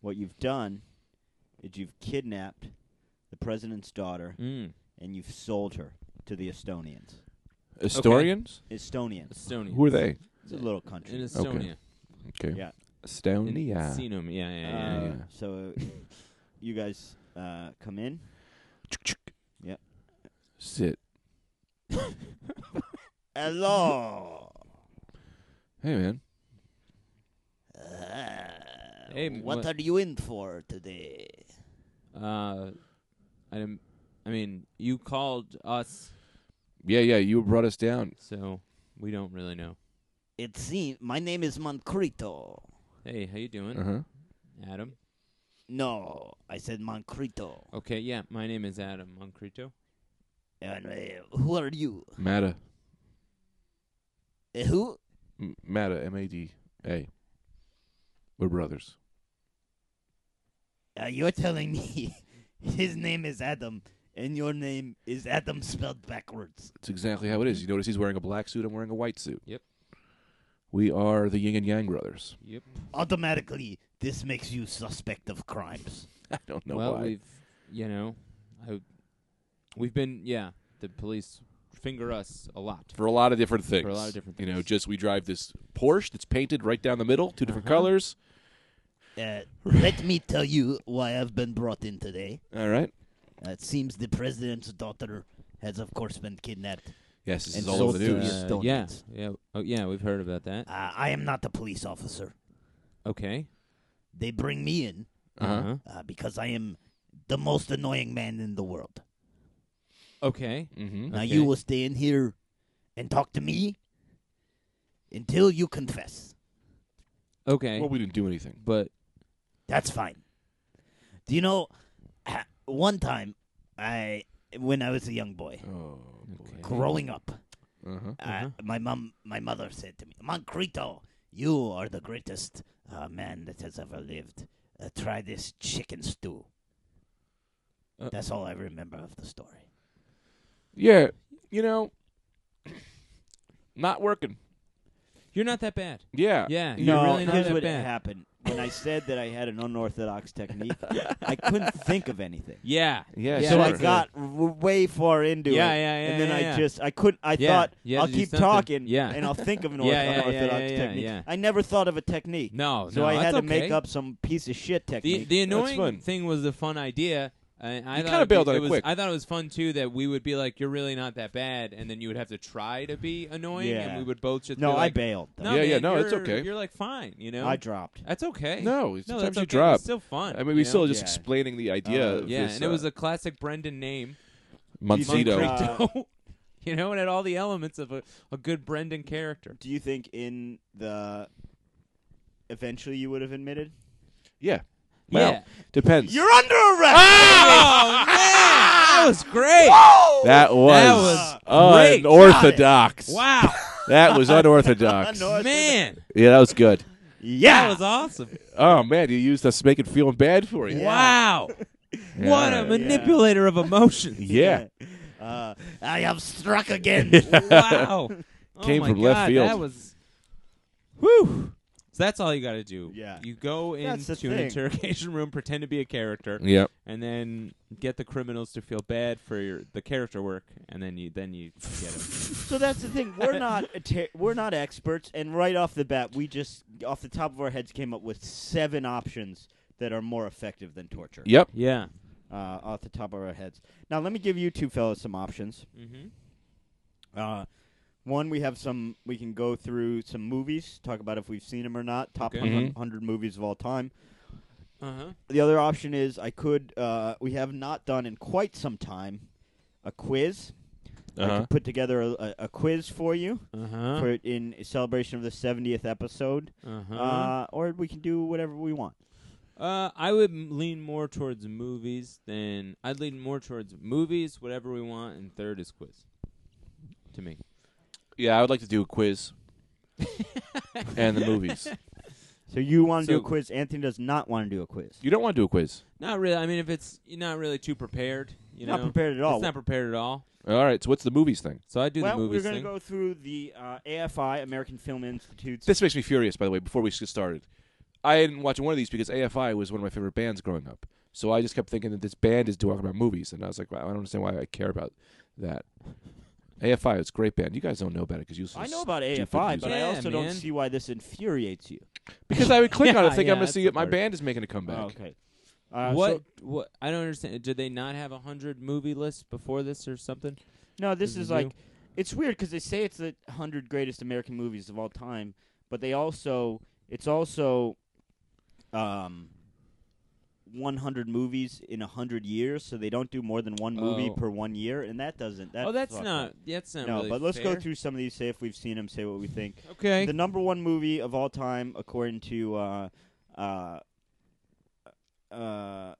Speaker 3: what you've done is you've kidnapped the president's daughter
Speaker 2: Mm.
Speaker 3: and you've sold her to the Estonians.
Speaker 1: Historians?
Speaker 3: Estonians.
Speaker 2: Estonia.
Speaker 1: Who are they?
Speaker 3: It's a little
Speaker 2: In
Speaker 3: country.
Speaker 2: Estonia.
Speaker 1: Okay.
Speaker 3: Yeah.
Speaker 2: In
Speaker 1: Estonia.
Speaker 2: Sinum. Yeah, yeah, yeah.
Speaker 3: Uh,
Speaker 1: yeah.
Speaker 3: So you guys uh, come in. Yep.
Speaker 1: Sit.
Speaker 3: Hello.
Speaker 1: Hey, man.
Speaker 2: Hey,
Speaker 5: Uh, what,
Speaker 2: what-
Speaker 5: are you in for today?
Speaker 2: Uh, I, didn't- I mean, you called us,
Speaker 1: Yeah, yeah. You brought us down.
Speaker 2: so we don't really know.
Speaker 5: It seems my name is Moncrito.
Speaker 2: Hey, how you doing,
Speaker 1: Uh huh.
Speaker 2: Adam?
Speaker 5: No, I said Moncrito.
Speaker 2: Okay, yeah, my name is Adam Moncrito.
Speaker 5: And uh, who are you?
Speaker 1: Mada.
Speaker 5: Uh, who?
Speaker 1: M- Mada. M A D A. We're brothers.
Speaker 5: Uh, you're telling me his name is Adam and your name is Adam spelled backwards.
Speaker 1: That's exactly how it is. You notice he's wearing a black suit. I'm wearing a white suit.
Speaker 2: Yep.
Speaker 1: We are the yin and yang brothers.
Speaker 2: Yep.
Speaker 5: Automatically, this makes you suspect of crimes.
Speaker 1: I don't know
Speaker 2: well,
Speaker 1: why.
Speaker 2: we've, you know, I, we've been, yeah, the police finger us a lot.
Speaker 1: for a lot of different things.
Speaker 2: a lot of different
Speaker 1: You know,
Speaker 2: things.
Speaker 1: just we drive this Porsche that's painted right down the middle, two different colors.
Speaker 5: Uh, let me tell you why I've been brought in today.
Speaker 1: All right.
Speaker 5: Uh, it seems the president's daughter has, of course, been kidnapped.
Speaker 1: Yes, this
Speaker 5: And
Speaker 1: is all over
Speaker 5: sold
Speaker 1: the
Speaker 5: to,
Speaker 1: news.
Speaker 5: uh,
Speaker 2: Uh, yeah,
Speaker 5: Estonians.
Speaker 2: yeah, oh, yeah, we've heard about that.
Speaker 5: Uh, I am not a police officer.
Speaker 2: Okay.
Speaker 5: They bring me in
Speaker 1: Uh-huh.
Speaker 5: uh, because I am the most annoying man in the world.
Speaker 2: Okay.
Speaker 1: Mm-hmm.
Speaker 5: Now
Speaker 2: Okay.
Speaker 5: you will stay in here and talk to me until you confess.
Speaker 2: Okay.
Speaker 1: Well, we didn't do anything.
Speaker 2: but
Speaker 5: That's fine. Do you know? One time, I when I was a young boy,
Speaker 1: Oh,
Speaker 2: okay.
Speaker 5: growing up,
Speaker 1: Uh-huh.
Speaker 2: Uh-huh.
Speaker 5: Uh, my mom, my mother said to me, Moncrito, you are the greatest uh, man that has ever lived. Uh, try this chicken stew.
Speaker 2: Uh,
Speaker 5: That's all I remember of the story.
Speaker 1: Yeah, you know, not working.
Speaker 2: You're not that bad.
Speaker 1: Yeah.
Speaker 2: Yeah, you're
Speaker 3: No,
Speaker 2: really not
Speaker 3: here's
Speaker 2: that
Speaker 3: what
Speaker 2: bad.
Speaker 3: happened. When I said that I had an unorthodox technique, I couldn't think of anything.
Speaker 2: Yeah.
Speaker 1: Yeah,
Speaker 2: Yeah,
Speaker 3: so I
Speaker 2: sure.
Speaker 3: got w- way far into
Speaker 2: Yeah,
Speaker 3: it,
Speaker 2: yeah,
Speaker 3: and
Speaker 2: yeah,
Speaker 3: then I
Speaker 2: yeah, yeah.
Speaker 3: just I couldn't. I
Speaker 2: Yeah,
Speaker 3: thought
Speaker 2: you had
Speaker 3: I'll
Speaker 2: to do
Speaker 3: keep
Speaker 2: something.
Speaker 3: talking,
Speaker 2: Yeah.
Speaker 3: and I'll think of an
Speaker 2: Yeah, yeah, yeah,
Speaker 3: unorthodox
Speaker 2: yeah, yeah,
Speaker 3: technique.
Speaker 2: yeah.
Speaker 3: I never thought of a technique,
Speaker 2: No,
Speaker 3: so
Speaker 2: no,
Speaker 3: I
Speaker 2: that's
Speaker 3: had to make
Speaker 2: okay.
Speaker 3: up some piece of shit
Speaker 2: The,
Speaker 3: technique.
Speaker 2: the
Speaker 1: fun.
Speaker 2: annoying thing was the fun idea. I, I
Speaker 1: You
Speaker 2: thought
Speaker 1: kinda
Speaker 2: it'd be-
Speaker 1: bailed on it
Speaker 2: was-
Speaker 1: quick.
Speaker 2: I thought it was fun too that we would be like, "You're really not that bad," and then you would have to try to be annoying,
Speaker 3: Yeah.
Speaker 2: and we would both just
Speaker 3: no,
Speaker 2: be
Speaker 3: I
Speaker 2: like,
Speaker 3: bailed. though.
Speaker 2: No,
Speaker 1: Yeah, yeah,
Speaker 2: man,
Speaker 1: no, it's
Speaker 2: you're-
Speaker 1: okay.
Speaker 2: You're like fine, you know.
Speaker 3: I dropped.
Speaker 2: that's okay.
Speaker 1: No,
Speaker 2: no,
Speaker 1: sometimes
Speaker 2: that's
Speaker 1: you
Speaker 2: okay.
Speaker 1: drop.
Speaker 2: It's still fun.
Speaker 1: I mean,
Speaker 2: you
Speaker 1: we
Speaker 2: know?
Speaker 1: still just
Speaker 3: Yeah.
Speaker 1: explaining the idea.
Speaker 3: Uh,
Speaker 1: of
Speaker 2: yeah,
Speaker 1: this,
Speaker 2: and it was
Speaker 1: uh,
Speaker 2: a classic Brendan name,
Speaker 1: Moncito.
Speaker 3: Monk-
Speaker 2: Moncrito. you know, and had all the elements of a, a good Brendan character.
Speaker 3: Do you think in the eventually you would have admitted?
Speaker 1: Yeah. Well,
Speaker 2: Yeah.
Speaker 1: depends.
Speaker 5: You're under arrest.
Speaker 2: Oh man, that was great.
Speaker 1: that was,
Speaker 2: That was great.
Speaker 1: unorthodox.
Speaker 2: Wow,
Speaker 1: That was unorthodox.
Speaker 3: Unorthodox.
Speaker 2: man,
Speaker 1: Yeah, that was good.
Speaker 2: that
Speaker 3: Yeah,
Speaker 2: was awesome.
Speaker 1: Oh man, you used us to make it feel bad for you.
Speaker 3: Yeah.
Speaker 2: Wow,
Speaker 1: Yeah.
Speaker 2: what a manipulator of emotions.
Speaker 1: Yeah.
Speaker 3: Uh,
Speaker 5: I have struck again.
Speaker 2: wow. Oh
Speaker 1: Came
Speaker 2: my
Speaker 1: from left
Speaker 2: God,
Speaker 1: field.
Speaker 2: That was. Whew. So that's all you got to do.
Speaker 3: Yeah.
Speaker 2: You go
Speaker 3: That's the
Speaker 2: into an
Speaker 3: thing.
Speaker 2: interrogation room, pretend to be a character,
Speaker 1: Yeah.
Speaker 2: and then get the criminals to feel bad for your, the character work, and then you then you get them.
Speaker 3: so that's the thing. We're not a ter- we're not experts, and right off the bat, we just off the top of our heads came up with seven options that are more effective than torture.
Speaker 1: Yep.
Speaker 2: yeah.
Speaker 3: Uh, off the top of our heads. Now let me give you two fellas some options.
Speaker 2: Mm-hmm.
Speaker 3: Uh, one we have some we can go through some movies, talk about if we've seen them or not. Top
Speaker 2: Okay. Mm-hmm.
Speaker 3: 100 movies of all time.
Speaker 2: Uh huh.
Speaker 3: The other option is I could uh, we have not done in quite some time a quiz. I
Speaker 1: Uh-huh.
Speaker 3: could put together a, a, a quiz for you.
Speaker 2: Uh huh.
Speaker 3: for in celebration of the 70th episode,
Speaker 2: Uh huh.
Speaker 3: uh, or we can do whatever we want.
Speaker 2: Uh, I would m- lean more towards movies than I'd lean more towards movies, whatever we want, and third is quiz. To me.
Speaker 1: Yeah, I would like to do a quiz. and the movies.
Speaker 3: So you want to do
Speaker 2: So-
Speaker 3: a quiz? Anthony does not want to do a quiz.
Speaker 1: You don't want to do a quiz.
Speaker 2: Not really. I mean, if it's you're not really too prepared, you
Speaker 3: not
Speaker 2: know,
Speaker 3: prepared at all.
Speaker 2: it's not prepared at all.
Speaker 1: All right. So what's the movies thing?
Speaker 2: So I do
Speaker 3: well,
Speaker 2: the movies
Speaker 3: we're gonna
Speaker 2: thing.
Speaker 3: go through the uh, AFI American Film Institute's.
Speaker 1: This makes me furious, by the way. Before we get started, I didn't watch one of these because AFI was one of my favorite bands growing up. So I just kept thinking that this band is talking about movies, and I was like, wow, I don't understand why I care about that. AFI is a great band. You guys don't know about it because you. listen
Speaker 3: I
Speaker 1: to
Speaker 3: know about
Speaker 1: stupid
Speaker 3: AFI,
Speaker 1: music.
Speaker 3: but I
Speaker 2: Yeah,
Speaker 3: also
Speaker 2: man.
Speaker 3: don't see why this infuriates you.
Speaker 1: because I would click on it,
Speaker 2: Yeah,
Speaker 1: think
Speaker 2: yeah,
Speaker 1: I'm going to
Speaker 2: that's
Speaker 1: see
Speaker 2: the
Speaker 1: it. My
Speaker 2: part.
Speaker 1: band is making a comeback.
Speaker 3: Oh, okay. Uh,
Speaker 2: what?
Speaker 3: so-
Speaker 2: what? I don't understand. Did they not have a hundred movie list before this or something?
Speaker 3: no, this
Speaker 2: This is
Speaker 3: is like it's weird because they say it's the hundred greatest American movies of all time, but they also it's also um, one hundred movies in hundred years, so they don't do more than one movie
Speaker 2: Oh.
Speaker 3: per one year, and that doesn't. That
Speaker 2: oh, that's
Speaker 3: fucked
Speaker 2: not.
Speaker 3: up.
Speaker 2: That's not.
Speaker 3: No,
Speaker 2: really
Speaker 3: but let's go
Speaker 2: fair.
Speaker 3: through some of these. Say if we've seen them. Say what we think.
Speaker 2: Okay.
Speaker 3: The number one movie of all time, according to uh, uh, uh,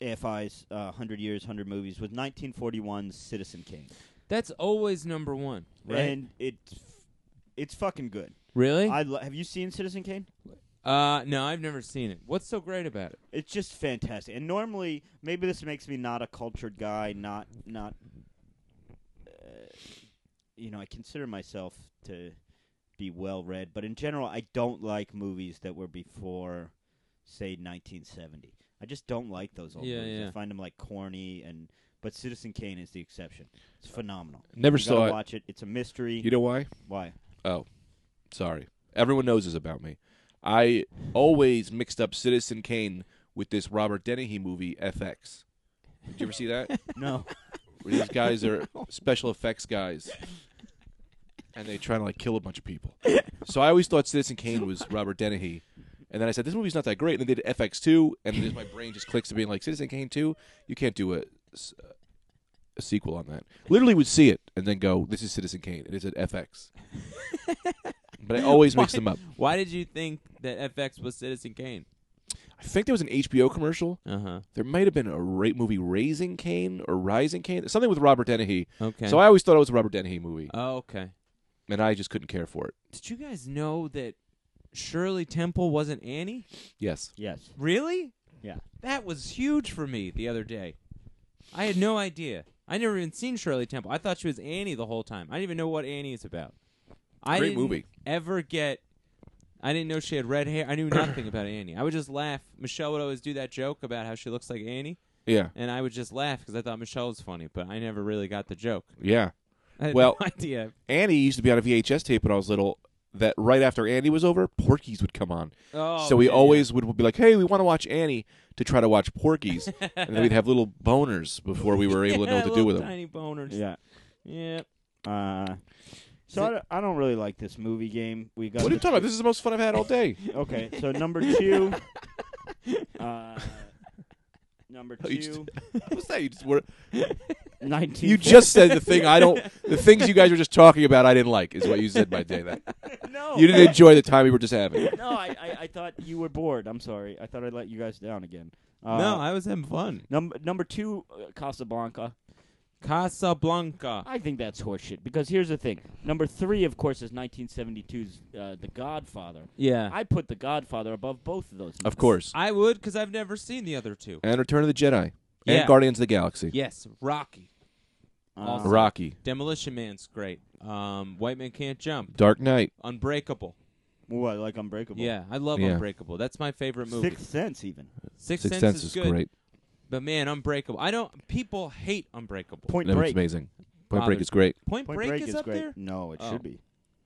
Speaker 3: AFI's uh, 100 Years, 100 Movies, was 1941's Citizen Kane.
Speaker 2: that's always number one, right?
Speaker 3: And it's it's fucking good.
Speaker 2: really?
Speaker 3: I lo- have you seen Citizen Kane?
Speaker 2: uh, no, I've never seen it. What's so great about it?
Speaker 3: It's just fantastic. And normally, maybe this makes me not a cultured guy, not not uh, you know, I consider myself to be well read, but in general, I don't like movies that were before say 1970. I just don't like those old
Speaker 2: Yeah,
Speaker 3: movies. I
Speaker 2: yeah.
Speaker 3: find them like corny and but Citizen Kane is the exception. It's phenomenal.
Speaker 1: Uh, Never
Speaker 3: you gotta
Speaker 1: saw it.
Speaker 3: watch it. It's a mystery.
Speaker 1: You know why?
Speaker 3: Why?
Speaker 1: Sorry. Everyone knows this about me. I always mixed up Citizen Kane with this Robert Dennehy movie, FX. Did you ever see that?
Speaker 3: No.
Speaker 1: Where these guys are special effects guys. And they try to like kill a bunch of people. So I always thought Citizen Kane was Robert Dennehy. And then I said, This movie's not that great. And then they did FX two and then my brain just clicks to being like, Citizen Kane two? You can't do a, s- a sequel on that. Literally would see it and then go, This is Citizen Kane. It is at FX. but I always mix
Speaker 2: Why-
Speaker 1: them up.
Speaker 2: Why did you think that FX was Citizen Kane?
Speaker 1: I I think there was an HBO commercial.
Speaker 2: Uh huh.
Speaker 1: There might have been a ra- movie, Raising Cain or Rising Cain, something with Robert Dennehy.
Speaker 2: Okay.
Speaker 1: So I always thought it was a Robert Dennehy movie,
Speaker 2: oh, okay.
Speaker 1: and I just couldn't care for it.
Speaker 2: Did you guys know that Shirley Temple wasn't Annie?
Speaker 1: Yes,
Speaker 3: Yes.
Speaker 2: Really?
Speaker 3: Yeah.
Speaker 2: That was huge for me the other day. I had no idea. I never even seen Shirley Temple. I thought she was Annie the whole time. I didn't even know what Annie is about. I
Speaker 1: Great
Speaker 2: didn't
Speaker 1: movie.
Speaker 2: Ever get? I didn't know she had red hair. I knew nothing about Annie. I would just laugh. Michelle would always do that joke about how she looks like Annie,
Speaker 1: yeah,
Speaker 2: and I would just laugh because I thought Michelle was funny, but I never really got the joke.
Speaker 1: yeah.
Speaker 2: I had
Speaker 1: Well-
Speaker 2: no idea.
Speaker 1: Annie used to be on a VHS tape when I was little. That right after Annie was over, Porky's would come on.
Speaker 2: Oh,
Speaker 1: so we
Speaker 2: yeah, yeah.
Speaker 1: always would be like, "Hey, we want to watch Annie," to try to watch Porky's, and then we'd have little boners before we were able to know what to do
Speaker 2: Little
Speaker 1: with them.
Speaker 2: Tiny boners.
Speaker 3: Yeah.
Speaker 2: Yeah.
Speaker 3: Uh, so I don't, I don't really like this movie game. We got
Speaker 1: What are you
Speaker 3: the-
Speaker 1: talking about? This is the most fun I've had all day.
Speaker 3: Okay, so number two. Uh, number
Speaker 1: Oh, you just-
Speaker 3: two.
Speaker 1: What's that? You just, were,
Speaker 3: 19.
Speaker 1: you just said the thing I don't. The things you guys were just talking about, I didn't like. Is what you said by day. That
Speaker 3: no.
Speaker 1: you didn't enjoy the time we were just having.
Speaker 3: no, I, I, I thought you were bored. I'm sorry. I thought I let you guys down again. Uh,
Speaker 2: no, I was having fun.
Speaker 3: Number number two, uh, Casablanca.
Speaker 2: Casablanca.
Speaker 3: I think that's horseshit because here's the thing. Number three, of course, is 1972's uh, The Godfather.
Speaker 2: Yeah.
Speaker 3: I put The Godfather above both of those.
Speaker 1: Of
Speaker 3: movies.
Speaker 1: course.
Speaker 2: I would, because I've never seen the other two.
Speaker 1: And Return of the Jedi.
Speaker 2: Yeah.
Speaker 1: And Guardians of the Galaxy.
Speaker 2: Yes, Rocky,
Speaker 3: Uh,
Speaker 1: Rocky.
Speaker 2: Demolition Man's great. Um, White Man Can't Jump,
Speaker 1: Dark Knight.
Speaker 2: Unbreakable.
Speaker 3: Ooh, I like Unbreakable.
Speaker 2: Yeah, I love
Speaker 1: Yeah.
Speaker 2: Unbreakable. That's my favorite movie.
Speaker 3: Sixth Sense, even.
Speaker 2: Sixth
Speaker 1: Sixth
Speaker 2: Sense,
Speaker 1: Sense
Speaker 2: is,
Speaker 1: is
Speaker 2: good,
Speaker 1: great.
Speaker 2: but man, Unbreakable. I don't. People hate Unbreakable.
Speaker 3: Point
Speaker 1: No,
Speaker 3: Break.
Speaker 1: it's amazing. Point
Speaker 2: Father-
Speaker 1: Break is great.
Speaker 2: Point
Speaker 3: Point
Speaker 2: Break,
Speaker 3: Break
Speaker 2: is, up
Speaker 3: great.
Speaker 2: there.
Speaker 3: No, it
Speaker 2: Oh.
Speaker 3: should be.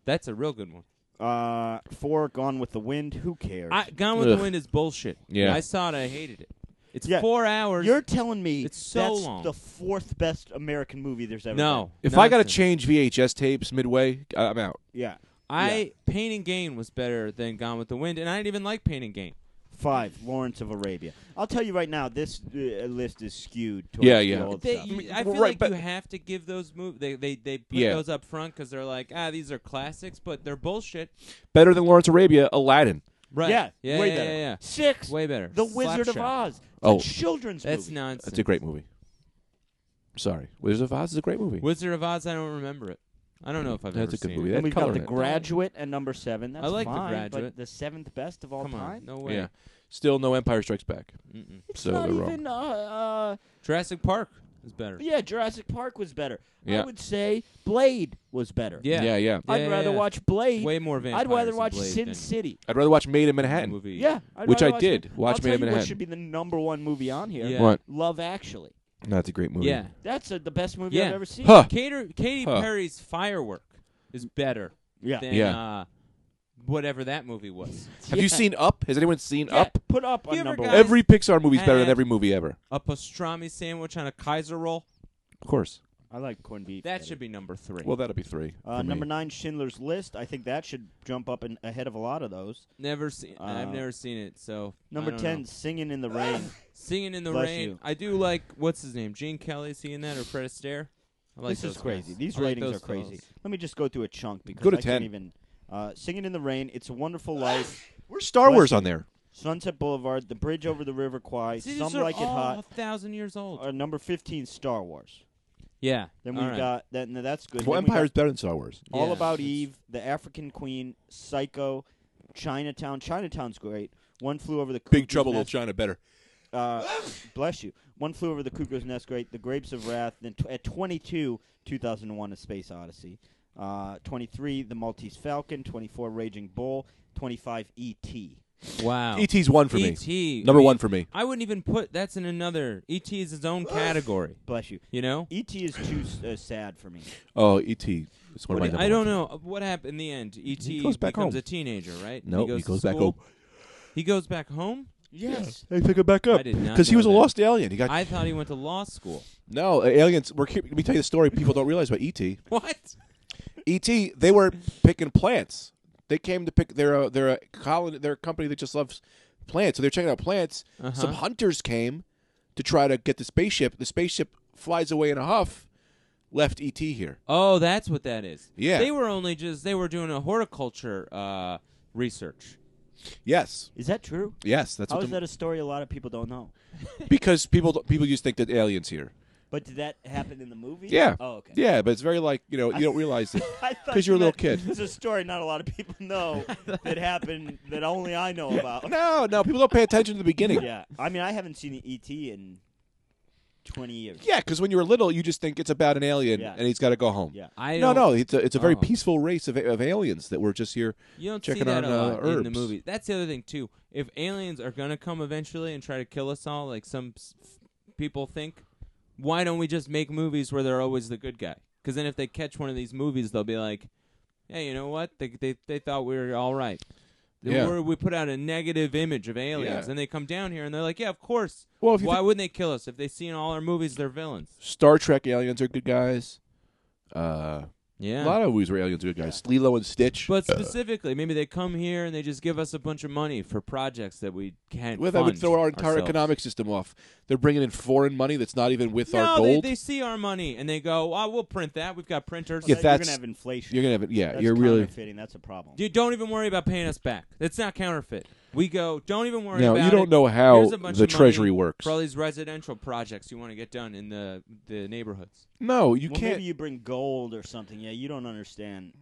Speaker 2: That's a real good one.
Speaker 3: Uh, four Gone with the Wind. Who cares?
Speaker 2: I, Gone with
Speaker 1: Ugh.
Speaker 2: the Wind is bullshit.
Speaker 1: Yeah.
Speaker 2: I saw it. I hated it. It's
Speaker 3: Yeah.
Speaker 2: four hours.
Speaker 3: You're telling me
Speaker 2: It's so
Speaker 3: that's
Speaker 2: long.
Speaker 3: the fourth best American movie there's ever
Speaker 2: no.
Speaker 1: If I got to
Speaker 2: nonsense.
Speaker 1: change VHS tapes midway, I- I'm out.
Speaker 3: been. Yeah.
Speaker 2: I Pain and Gain was better than Gone with the Wind, and I didn't even like Pain and Gain.
Speaker 3: Five, Lawrence of Arabia. I'll tell you right now, this uh, list is skewed towards
Speaker 1: Yeah,
Speaker 3: the
Speaker 1: yeah.
Speaker 3: old
Speaker 2: They,
Speaker 3: stuff.
Speaker 2: you- I feel
Speaker 1: right,
Speaker 2: like
Speaker 1: but-
Speaker 2: you have to give those movies. They they they put
Speaker 1: Yeah.
Speaker 2: those up front because they're like ah these are classics, but they're bullshit.
Speaker 1: Better than Lawrence Arabia, Aladdin.
Speaker 2: Right?
Speaker 3: Yeah,
Speaker 2: Yeah.
Speaker 3: way
Speaker 2: yeah,
Speaker 3: better.
Speaker 2: yeah, yeah.
Speaker 3: Six,
Speaker 2: Way better.
Speaker 3: The Wizard of
Speaker 2: Slapshot.
Speaker 3: Oz.
Speaker 1: Oh.
Speaker 3: a children's
Speaker 2: That's
Speaker 3: movie.
Speaker 2: nonsense.
Speaker 1: That's a great movie. Sorry. Wizard of Oz is a great movie.
Speaker 2: Wizard of Oz. I don't remember it. I don't know if I've
Speaker 1: That's
Speaker 2: ever
Speaker 1: a good
Speaker 2: seen
Speaker 1: movie.
Speaker 2: it.
Speaker 1: That
Speaker 3: And we've
Speaker 1: color
Speaker 3: got The
Speaker 1: in it.
Speaker 3: Graduate and number seven. That's
Speaker 2: I like The
Speaker 3: fine,
Speaker 2: Graduate.
Speaker 3: but the seventh best of all
Speaker 2: Come on,
Speaker 3: time.
Speaker 2: no way.
Speaker 1: Yeah. Still no Empire Strikes Back.
Speaker 2: Mm-mm.
Speaker 3: It's
Speaker 1: So
Speaker 3: not
Speaker 1: they're wrong.
Speaker 3: even. Uh, uh,
Speaker 2: Jurassic Park is better.
Speaker 3: yeah, Jurassic Park was better. I
Speaker 1: Yeah.
Speaker 3: would say Blade was better.
Speaker 2: Yeah.
Speaker 1: yeah. yeah.
Speaker 3: I'd
Speaker 2: Yeah,
Speaker 3: rather
Speaker 2: yeah.
Speaker 3: watch Blade.
Speaker 2: Way more vampires.
Speaker 3: I'd rather
Speaker 2: in
Speaker 3: watch
Speaker 2: Blade
Speaker 3: Sin
Speaker 2: than
Speaker 3: City.
Speaker 1: I'd rather watch Made in
Speaker 2: the
Speaker 1: Manhattan.
Speaker 2: Movie.
Speaker 3: Yeah, I'd
Speaker 1: Which
Speaker 3: rather
Speaker 1: I
Speaker 3: watch
Speaker 1: did.
Speaker 3: It.
Speaker 1: Watch
Speaker 3: I'll
Speaker 1: Made in
Speaker 3: tell you what
Speaker 1: Manhattan.
Speaker 3: should be the number one movie on here.
Speaker 2: Yeah.
Speaker 1: What?
Speaker 3: Love Actually.
Speaker 1: No, it's a great movie.
Speaker 2: Yeah.
Speaker 3: That's uh the best movie I've
Speaker 2: Yeah.
Speaker 3: ever seen.
Speaker 1: Huh.
Speaker 2: Cater, Katy
Speaker 1: Huh.
Speaker 2: Perry's Firework is better
Speaker 3: Yeah.
Speaker 2: than
Speaker 1: Yeah.
Speaker 2: uh, whatever that movie was.
Speaker 1: Have you seen Up? Has anyone seen
Speaker 3: Yeah,
Speaker 1: Up?
Speaker 3: Put up on
Speaker 2: You ever
Speaker 3: number
Speaker 2: got-
Speaker 3: one.
Speaker 2: Guys,
Speaker 1: Every Pixar movie's better than
Speaker 2: and-
Speaker 1: every movie ever.
Speaker 2: A pastrami sandwich on a Kaiser roll.
Speaker 1: Of course.
Speaker 3: I like corned beef.
Speaker 2: That should be number three.
Speaker 1: Well, that'll be three.
Speaker 3: Uh,
Speaker 1: for me.
Speaker 3: number nine, Schindler's List. I think that should jump up in, ahead of a lot of those.
Speaker 2: Never seen. I've
Speaker 3: Uh,
Speaker 2: never seen it. So I
Speaker 3: Number
Speaker 2: don't
Speaker 3: ten,
Speaker 2: know.
Speaker 3: Singing in the Rain.
Speaker 2: singing in the
Speaker 3: Bless
Speaker 2: rain.
Speaker 3: you.
Speaker 2: I do like what's his name, Gene Kelly. Is he in that or Fred Astaire? I like
Speaker 3: this is
Speaker 2: those
Speaker 3: crazy.
Speaker 2: guys.
Speaker 3: These
Speaker 2: I like
Speaker 3: ratings
Speaker 2: those
Speaker 3: are crazy.
Speaker 2: fellas.
Speaker 3: Let me just go through a chunk because
Speaker 1: Go to
Speaker 3: I
Speaker 1: 10.
Speaker 3: can't even. Uh, Singing in the Rain. It's a Wonderful Life.
Speaker 1: Where's Star
Speaker 3: Bless
Speaker 1: Wars
Speaker 3: you.
Speaker 1: on there?
Speaker 3: Sunset Boulevard. The Bridge Over the River Kwai.
Speaker 2: These
Speaker 3: Some
Speaker 2: are
Speaker 3: Like It
Speaker 2: all
Speaker 3: Hot.
Speaker 2: a thousand years old.
Speaker 3: Uh, number fifteen, Star Wars.
Speaker 2: yeah.
Speaker 3: Then
Speaker 2: all
Speaker 3: we've
Speaker 2: right.
Speaker 3: got that. no, that's good.
Speaker 1: Well,
Speaker 3: Then we got
Speaker 1: Empire's better than Star Wars.
Speaker 3: All
Speaker 2: Yeah,
Speaker 3: About
Speaker 2: it's-
Speaker 3: Eve, The African Queen, Psycho, Chinatown. Chinatown's great. One flew over the cuckoo's
Speaker 1: Big Trouble in Little
Speaker 3: nest.
Speaker 1: China better.
Speaker 3: uh, bless you. One flew over the cuckoo's nest. Great. The Grapes of Wrath. Then tw- at 22, 2001: A Space Odyssey. Uh, 23, The Maltese Falcon. 24, Raging Bull. E 25, E.T.
Speaker 2: wow.
Speaker 3: E
Speaker 1: ET's E one for me.
Speaker 2: E.T.
Speaker 1: Number
Speaker 2: I mean,
Speaker 1: one for me.
Speaker 2: I wouldn't even put that's in another. ET is his own category.
Speaker 3: Bless you.
Speaker 2: You know.
Speaker 3: E.T. is too s- uh, sad for me.
Speaker 1: Oh, ET. It's one
Speaker 2: What
Speaker 1: of
Speaker 2: do-
Speaker 1: my
Speaker 2: I don't know what happened in the end. ET
Speaker 1: goes back
Speaker 2: becomes
Speaker 1: home.
Speaker 2: a teenager, right?
Speaker 1: No,
Speaker 2: he goes,
Speaker 1: he
Speaker 2: to
Speaker 1: goes back
Speaker 2: school.
Speaker 1: home.
Speaker 2: He goes back home.
Speaker 3: Yes.
Speaker 1: Hey, pick it back
Speaker 2: I
Speaker 1: up.
Speaker 2: did not
Speaker 1: Because he
Speaker 2: know
Speaker 1: was a
Speaker 2: that.
Speaker 1: lost alien. He got
Speaker 2: I thought he went to law school.
Speaker 1: no uh, aliens. We're, keep- let me tell you the story. People don't realize E about ET.
Speaker 2: What?
Speaker 1: ET. E They were picking plants. They came to pick. They're a, they're a colony. They're a company that just loves plants. So they're checking out plants.
Speaker 3: Uh-huh.
Speaker 1: Some hunters came to try to get the spaceship. The spaceship flies away in a huff. Left ET here.
Speaker 2: Oh, that's what that is.
Speaker 1: Yeah.
Speaker 2: They were only just they were doing a horticulture uh, research.
Speaker 1: Yes,
Speaker 3: Is that true?
Speaker 1: yes, that's
Speaker 3: How
Speaker 1: what
Speaker 3: is
Speaker 1: the-
Speaker 3: that a story a lot of people don't know?
Speaker 1: because people people just think that aliens here.
Speaker 3: But did that happen in the movie?
Speaker 1: Yeah.
Speaker 3: Oh, okay.
Speaker 1: Yeah, but it's very like you know you don't realize it.
Speaker 3: I thought
Speaker 1: 'Cause you're a
Speaker 3: you
Speaker 1: little
Speaker 3: meant
Speaker 1: kid.
Speaker 3: It's a story not a lot of people know that happened that only I know about.
Speaker 1: No, no, people don't pay attention to the beginning.
Speaker 3: Yeah. I mean, I haven't seen ET in 20 years.
Speaker 1: Yeah, because when you were little, you just think it's about an alien
Speaker 3: Yeah.
Speaker 1: and he's got to go home.
Speaker 3: Yeah.
Speaker 2: I
Speaker 1: no,
Speaker 2: don't-
Speaker 1: no, it's a, it's a very
Speaker 2: Oh.
Speaker 1: peaceful race of, of aliens that were just here.
Speaker 2: You don't see
Speaker 1: checking
Speaker 2: that
Speaker 1: on,
Speaker 2: a
Speaker 1: uh,
Speaker 2: lot in the
Speaker 1: herbs.
Speaker 2: movie. That's the other thing too. If aliens are gonna come eventually and try to kill us all, like some s- f- people think, why don't we just make movies where they're always the good guy? Because then if they catch one of these movies, they'll be like, hey, you know what? They they, they thought we were all right. They
Speaker 1: Yeah.
Speaker 2: were- we put out a negative image of aliens,
Speaker 1: Yeah.
Speaker 2: and they come down here and they're like, yeah, of course.
Speaker 1: Well, if you
Speaker 2: why
Speaker 1: think-
Speaker 2: wouldn't they kill us if they see in all our movies they're villains?
Speaker 1: Star Trek aliens are good guys. Uh,
Speaker 2: Yeah.
Speaker 1: A lot of movies where aliens are good guys. Lilo and Stitch. Uh,
Speaker 2: But specifically, maybe they come here and they just give us a bunch of money for projects that we can't.
Speaker 1: Well, that
Speaker 2: fund
Speaker 1: would throw our entire
Speaker 2: ourselves.
Speaker 1: economic system off. They're bringing in foreign money that's not even with
Speaker 2: No,
Speaker 1: our
Speaker 2: they,
Speaker 1: gold.
Speaker 2: they see our money and they go, "Oh, we'll print that. We've got printers.
Speaker 1: Yeah,
Speaker 3: That- you're
Speaker 1: that's-
Speaker 3: gonna have inflation.
Speaker 1: you're gonna have it. Yeah,
Speaker 3: That's
Speaker 1: you're really.
Speaker 3: counterfeiting. That's a problem.
Speaker 2: Dude, don't even worry about paying us back. That's not counterfeit. We go, don't even worry
Speaker 1: No,
Speaker 2: about
Speaker 1: you don't
Speaker 2: it.
Speaker 1: know how
Speaker 2: Here's a bunch
Speaker 1: the
Speaker 2: of money
Speaker 1: treasury works.
Speaker 2: for all these residential projects you want to get done in the the neighborhoods.
Speaker 1: No, you
Speaker 3: well,
Speaker 1: can't.
Speaker 3: maybe you bring gold or something. Yeah, you don't understand.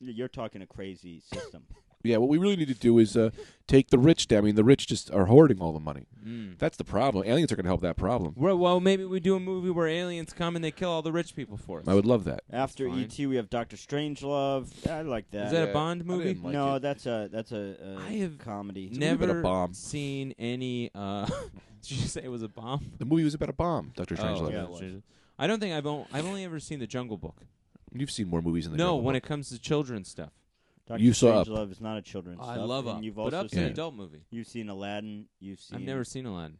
Speaker 3: Y- You're talking a crazy system.
Speaker 1: Yeah, what we really need to do is uh, take the rich down. I mean, the rich just are hoarding all the money. That's the problem. Aliens are going to help that problem.
Speaker 2: Well, well, maybe we do a movie where aliens come and they kill all the rich people for us.
Speaker 1: I would love that.
Speaker 3: After
Speaker 2: fine.
Speaker 3: ET, we have Doctor Strangelove. I like that.
Speaker 2: Is that
Speaker 1: Yeah,
Speaker 2: a Bond
Speaker 1: I
Speaker 2: movie?
Speaker 1: didn't like
Speaker 3: no,
Speaker 1: it.
Speaker 3: that's a that's a, a
Speaker 2: I have
Speaker 3: comedy.
Speaker 1: movie about a
Speaker 2: Never
Speaker 1: bomb.
Speaker 2: seen any. Uh, did you say it was a bomb?
Speaker 1: the movie was about a bomb. Doctor Strangelove.
Speaker 2: Oh,
Speaker 3: yeah.
Speaker 2: I don't think I've only, I've only ever seen The Jungle Book.
Speaker 1: You've seen more movies in the
Speaker 2: no,
Speaker 1: Jungle
Speaker 2: when
Speaker 1: Book.
Speaker 2: it comes to children's stuff,
Speaker 3: Doctor
Speaker 1: you saw Up.
Speaker 3: Strangelove is not a children's.
Speaker 2: I
Speaker 3: stuff,
Speaker 2: love
Speaker 3: and
Speaker 2: Up.
Speaker 3: You've
Speaker 2: but
Speaker 3: also
Speaker 2: Up's
Speaker 3: seen
Speaker 2: an
Speaker 1: Yeah.
Speaker 2: adult movie.
Speaker 3: you've seen Aladdin. You've seen
Speaker 2: I've never seen Aladdin.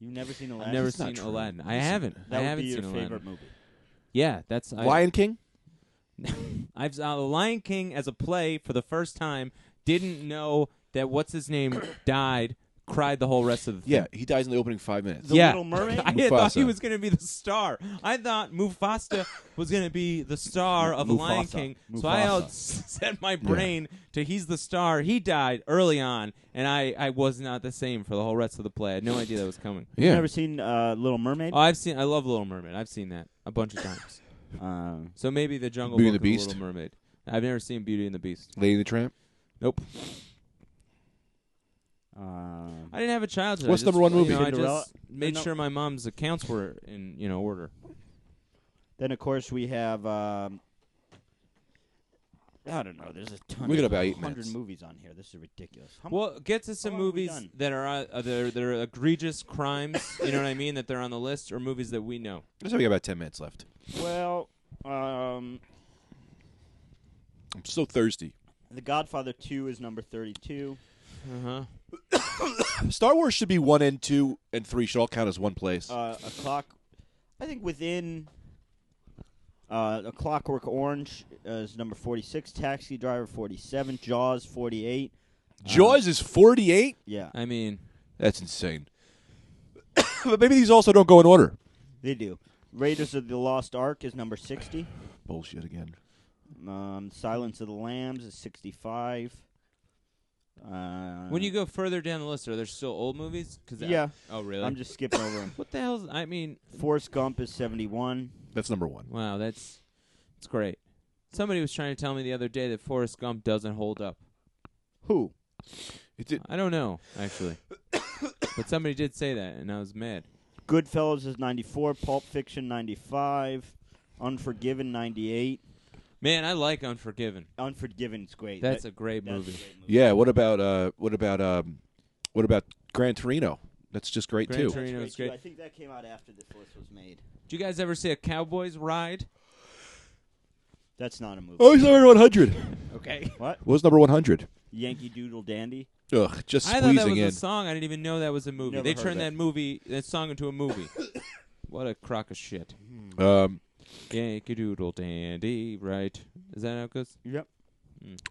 Speaker 3: You've never seen Aladdin.
Speaker 2: I've never
Speaker 1: That's not
Speaker 2: seen
Speaker 1: true.
Speaker 2: Aladdin. I
Speaker 1: Listen,
Speaker 2: haven't.
Speaker 3: That
Speaker 2: I
Speaker 3: would
Speaker 2: haven't
Speaker 3: be your
Speaker 2: seen Aladdin.
Speaker 3: favorite movie.
Speaker 2: Yeah, that's I,
Speaker 1: Lion King.
Speaker 2: I've saw The Lion King as a play for the first time. Didn't know that what's his name died. Cried the whole rest of the thing.
Speaker 1: Yeah, he dies in the opening five minutes.
Speaker 3: The
Speaker 2: yeah.
Speaker 3: Little Mermaid.
Speaker 2: I had thought he
Speaker 1: Mufasa.
Speaker 2: was going to be the star. I thought Mufasa was going to be the star of The Lion
Speaker 3: Mufasa.
Speaker 2: King. So I
Speaker 3: Mufasa.
Speaker 2: out set my brain to he's the star. He died early on, and I, I was not the same for the whole rest of the play. I had no idea that was coming.
Speaker 3: You've
Speaker 1: Yeah.
Speaker 3: never seen uh, Little Mermaid.
Speaker 2: Oh, I've seen. I love Little Mermaid. I've seen that a bunch of times.
Speaker 3: Um,
Speaker 2: So maybe the Jungle
Speaker 1: Beauty and
Speaker 2: Book
Speaker 1: the
Speaker 2: and
Speaker 1: Beast?
Speaker 2: Little Mermaid. I've never seen Beauty and the Beast.
Speaker 1: Lady and the Tramp.
Speaker 2: Nope.
Speaker 3: um,
Speaker 2: I didn't have a childhood. I
Speaker 1: What's
Speaker 2: just-
Speaker 1: number one
Speaker 2: you
Speaker 1: movie?
Speaker 2: know, I
Speaker 3: Cinderella?
Speaker 2: just made
Speaker 3: No.
Speaker 2: sure my mom's accounts were in you know order.
Speaker 3: Then of course we have um, I don't know. There's a ton.
Speaker 1: We got
Speaker 3: of
Speaker 1: about eight
Speaker 3: hundred
Speaker 1: minutes.
Speaker 3: movies on here. This is ridiculous. How mu-
Speaker 2: Well, get to some
Speaker 3: long have we
Speaker 2: movies
Speaker 3: done?
Speaker 2: that are uh, uh, that are, that are egregious crimes. you know what I mean? That they're on the list, or movies that we know.
Speaker 1: There's only about ten minutes left.
Speaker 3: well, um,
Speaker 1: I'm so thirsty.
Speaker 3: The Godfather Two is number thirty-two.
Speaker 2: Uh
Speaker 3: Uh-huh.
Speaker 2: huh.
Speaker 1: Star Wars should be one and two and three should all count as one place.
Speaker 3: Uh, a clock. I think within. Uh, a Clockwork Orange uh, is number forty-six. Taxi Driver forty-seven. Jaws forty-eight.
Speaker 1: Jaws is 48.
Speaker 3: Yeah,
Speaker 2: I mean,
Speaker 1: That's insane. but maybe these also don't go in order.
Speaker 3: they do. Raiders of the Lost Ark is number sixty.
Speaker 1: Bullshit again.
Speaker 3: Um, Silence of the Lambs is 65. Uh,
Speaker 2: when you go further down the list, are there still old movies? 'Cause I-
Speaker 3: Yeah.
Speaker 2: oh, really?
Speaker 3: I'm just skipping over 'em.
Speaker 2: what the hell's? I mean,
Speaker 3: Forrest Gump is 71.
Speaker 1: That's number one.
Speaker 2: wow, that's it's great. Somebody was trying to tell me the other day that Forrest Gump doesn't hold up.
Speaker 3: Who?
Speaker 1: It did,
Speaker 2: I don't know actually, but somebody did say that, and I was mad.
Speaker 3: Goodfellas is 94. Pulp Fiction 95. Unforgiven 98.
Speaker 2: Man, I like Unforgiven.
Speaker 3: Unforgiven's great.
Speaker 2: That's
Speaker 3: That-
Speaker 2: a great
Speaker 3: that's
Speaker 2: movie.
Speaker 3: great movie.
Speaker 1: yeah. What about uh? What about um? What about Gran Torino? That's just great
Speaker 2: Gran
Speaker 1: too.
Speaker 2: Torino. Torino's
Speaker 3: That's great, too.
Speaker 2: great.
Speaker 3: I think that came out after this list was made.
Speaker 2: Did you guys ever see a Cowboys Ride?
Speaker 3: That's not a movie.
Speaker 1: Oh, he's number one hundred.
Speaker 2: Okay.
Speaker 3: What?
Speaker 1: What was number one hundred?
Speaker 3: Yankee Doodle Dandy?
Speaker 1: Ugh, just
Speaker 2: I thought that
Speaker 1: squeezing
Speaker 2: was
Speaker 1: in.
Speaker 2: a song. I didn't even know that was a movie.
Speaker 3: Never
Speaker 2: they
Speaker 3: heard
Speaker 2: turned
Speaker 3: of
Speaker 2: that
Speaker 3: it.
Speaker 2: movie, that song, into a movie. what a crock of shit!
Speaker 1: Um,
Speaker 2: Yankee Doodle Dandy, right? Is that how it goes?
Speaker 3: Yep.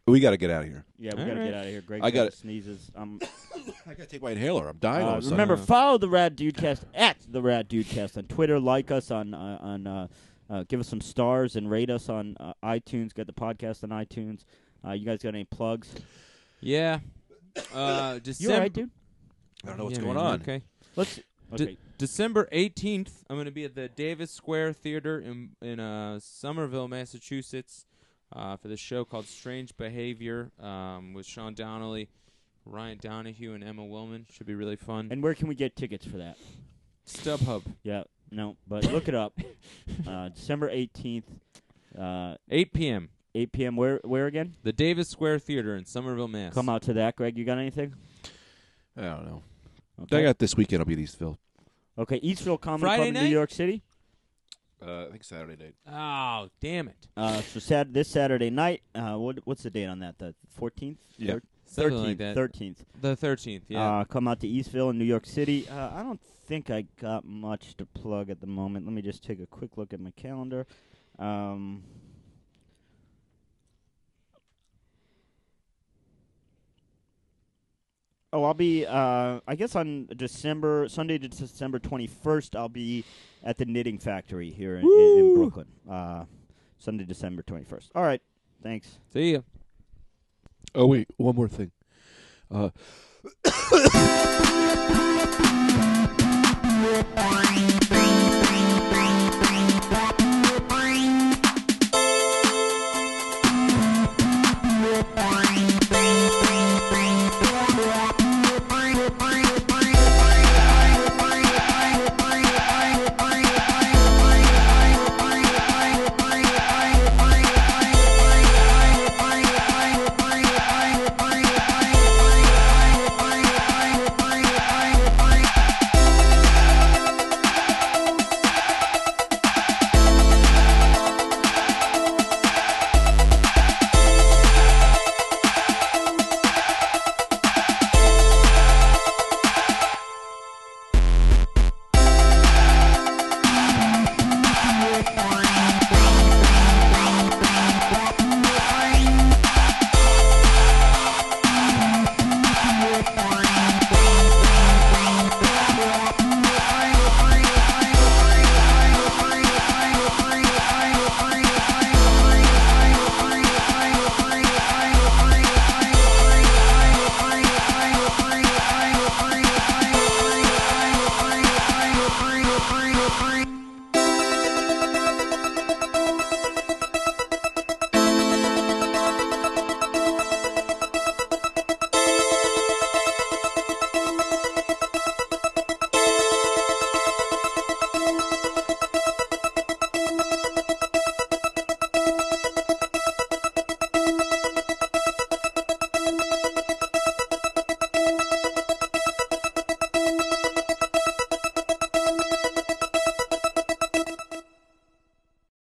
Speaker 1: we got to get out of here.
Speaker 3: Yeah, we
Speaker 2: All
Speaker 3: gotta
Speaker 2: right.
Speaker 3: get out of here. Greg
Speaker 1: I got
Speaker 3: Greg
Speaker 1: it.
Speaker 3: sneezes. I'm
Speaker 1: I gotta take my inhaler. I'm dying.
Speaker 3: Uh,
Speaker 1: all of a sudden.
Speaker 3: remember,
Speaker 2: Uh-huh.
Speaker 3: follow the Rad Dudecast at the Rad Dudecast on Twitter. Like us on uh, on uh, uh, give us some stars and rate us on uh, iTunes. Get the podcast on iTunes. Uh, you guys got any plugs?
Speaker 2: Yeah. Uh, December.
Speaker 3: You all right, dude?
Speaker 1: I don't know what's
Speaker 2: Yeah,
Speaker 1: going
Speaker 2: man,
Speaker 1: on.
Speaker 2: Okay.
Speaker 3: Let's.
Speaker 2: D- December 18th, I'm going to be at the Davis Square Theater in in uh, Somerville, Massachusetts, uh, for the show called Strange Behavior um, with Sean Donnelly, Ryan Donahue, and Emma Willman. Should be really fun.
Speaker 3: And where can we get tickets for that?
Speaker 2: StubHub.
Speaker 3: Yeah, no, but look it up. Uh, December eighteenth, uh,
Speaker 2: 8 p.m.
Speaker 3: eight p.m. Where where again?
Speaker 2: The Davis Square Theater in Somerville, Mass.
Speaker 3: Come out to that, Greg. You got anything?
Speaker 1: I don't know.
Speaker 3: Okay.
Speaker 1: I got this weekend. I'll be at Eastville.
Speaker 3: okay. Eastville Comedy
Speaker 2: Friday
Speaker 3: Club in
Speaker 2: night?
Speaker 3: New York City.
Speaker 1: Uh, I think Saturday night.
Speaker 2: Oh, damn it.
Speaker 3: Uh, so sad this Saturday night. Uh, what what's the date on that? The fourteenth,
Speaker 1: Yeah.
Speaker 2: Something like
Speaker 3: thirteenth,
Speaker 2: that.
Speaker 3: thirteenth.
Speaker 2: the 13th, yeah.
Speaker 3: Uh, come out to Eastville in New York City. Uh, I don't think I got much to plug at the moment. Let me just take a quick look at my calendar. Um, oh, I'll be. Uh, I guess on December Sunday to December twenty first, I'll be at the Knitting Factory here in, in, in Brooklyn. Uh, Sunday, December twenty first. All right. Thanks.
Speaker 2: See ya.
Speaker 1: Oh wait, one more thing. Uh,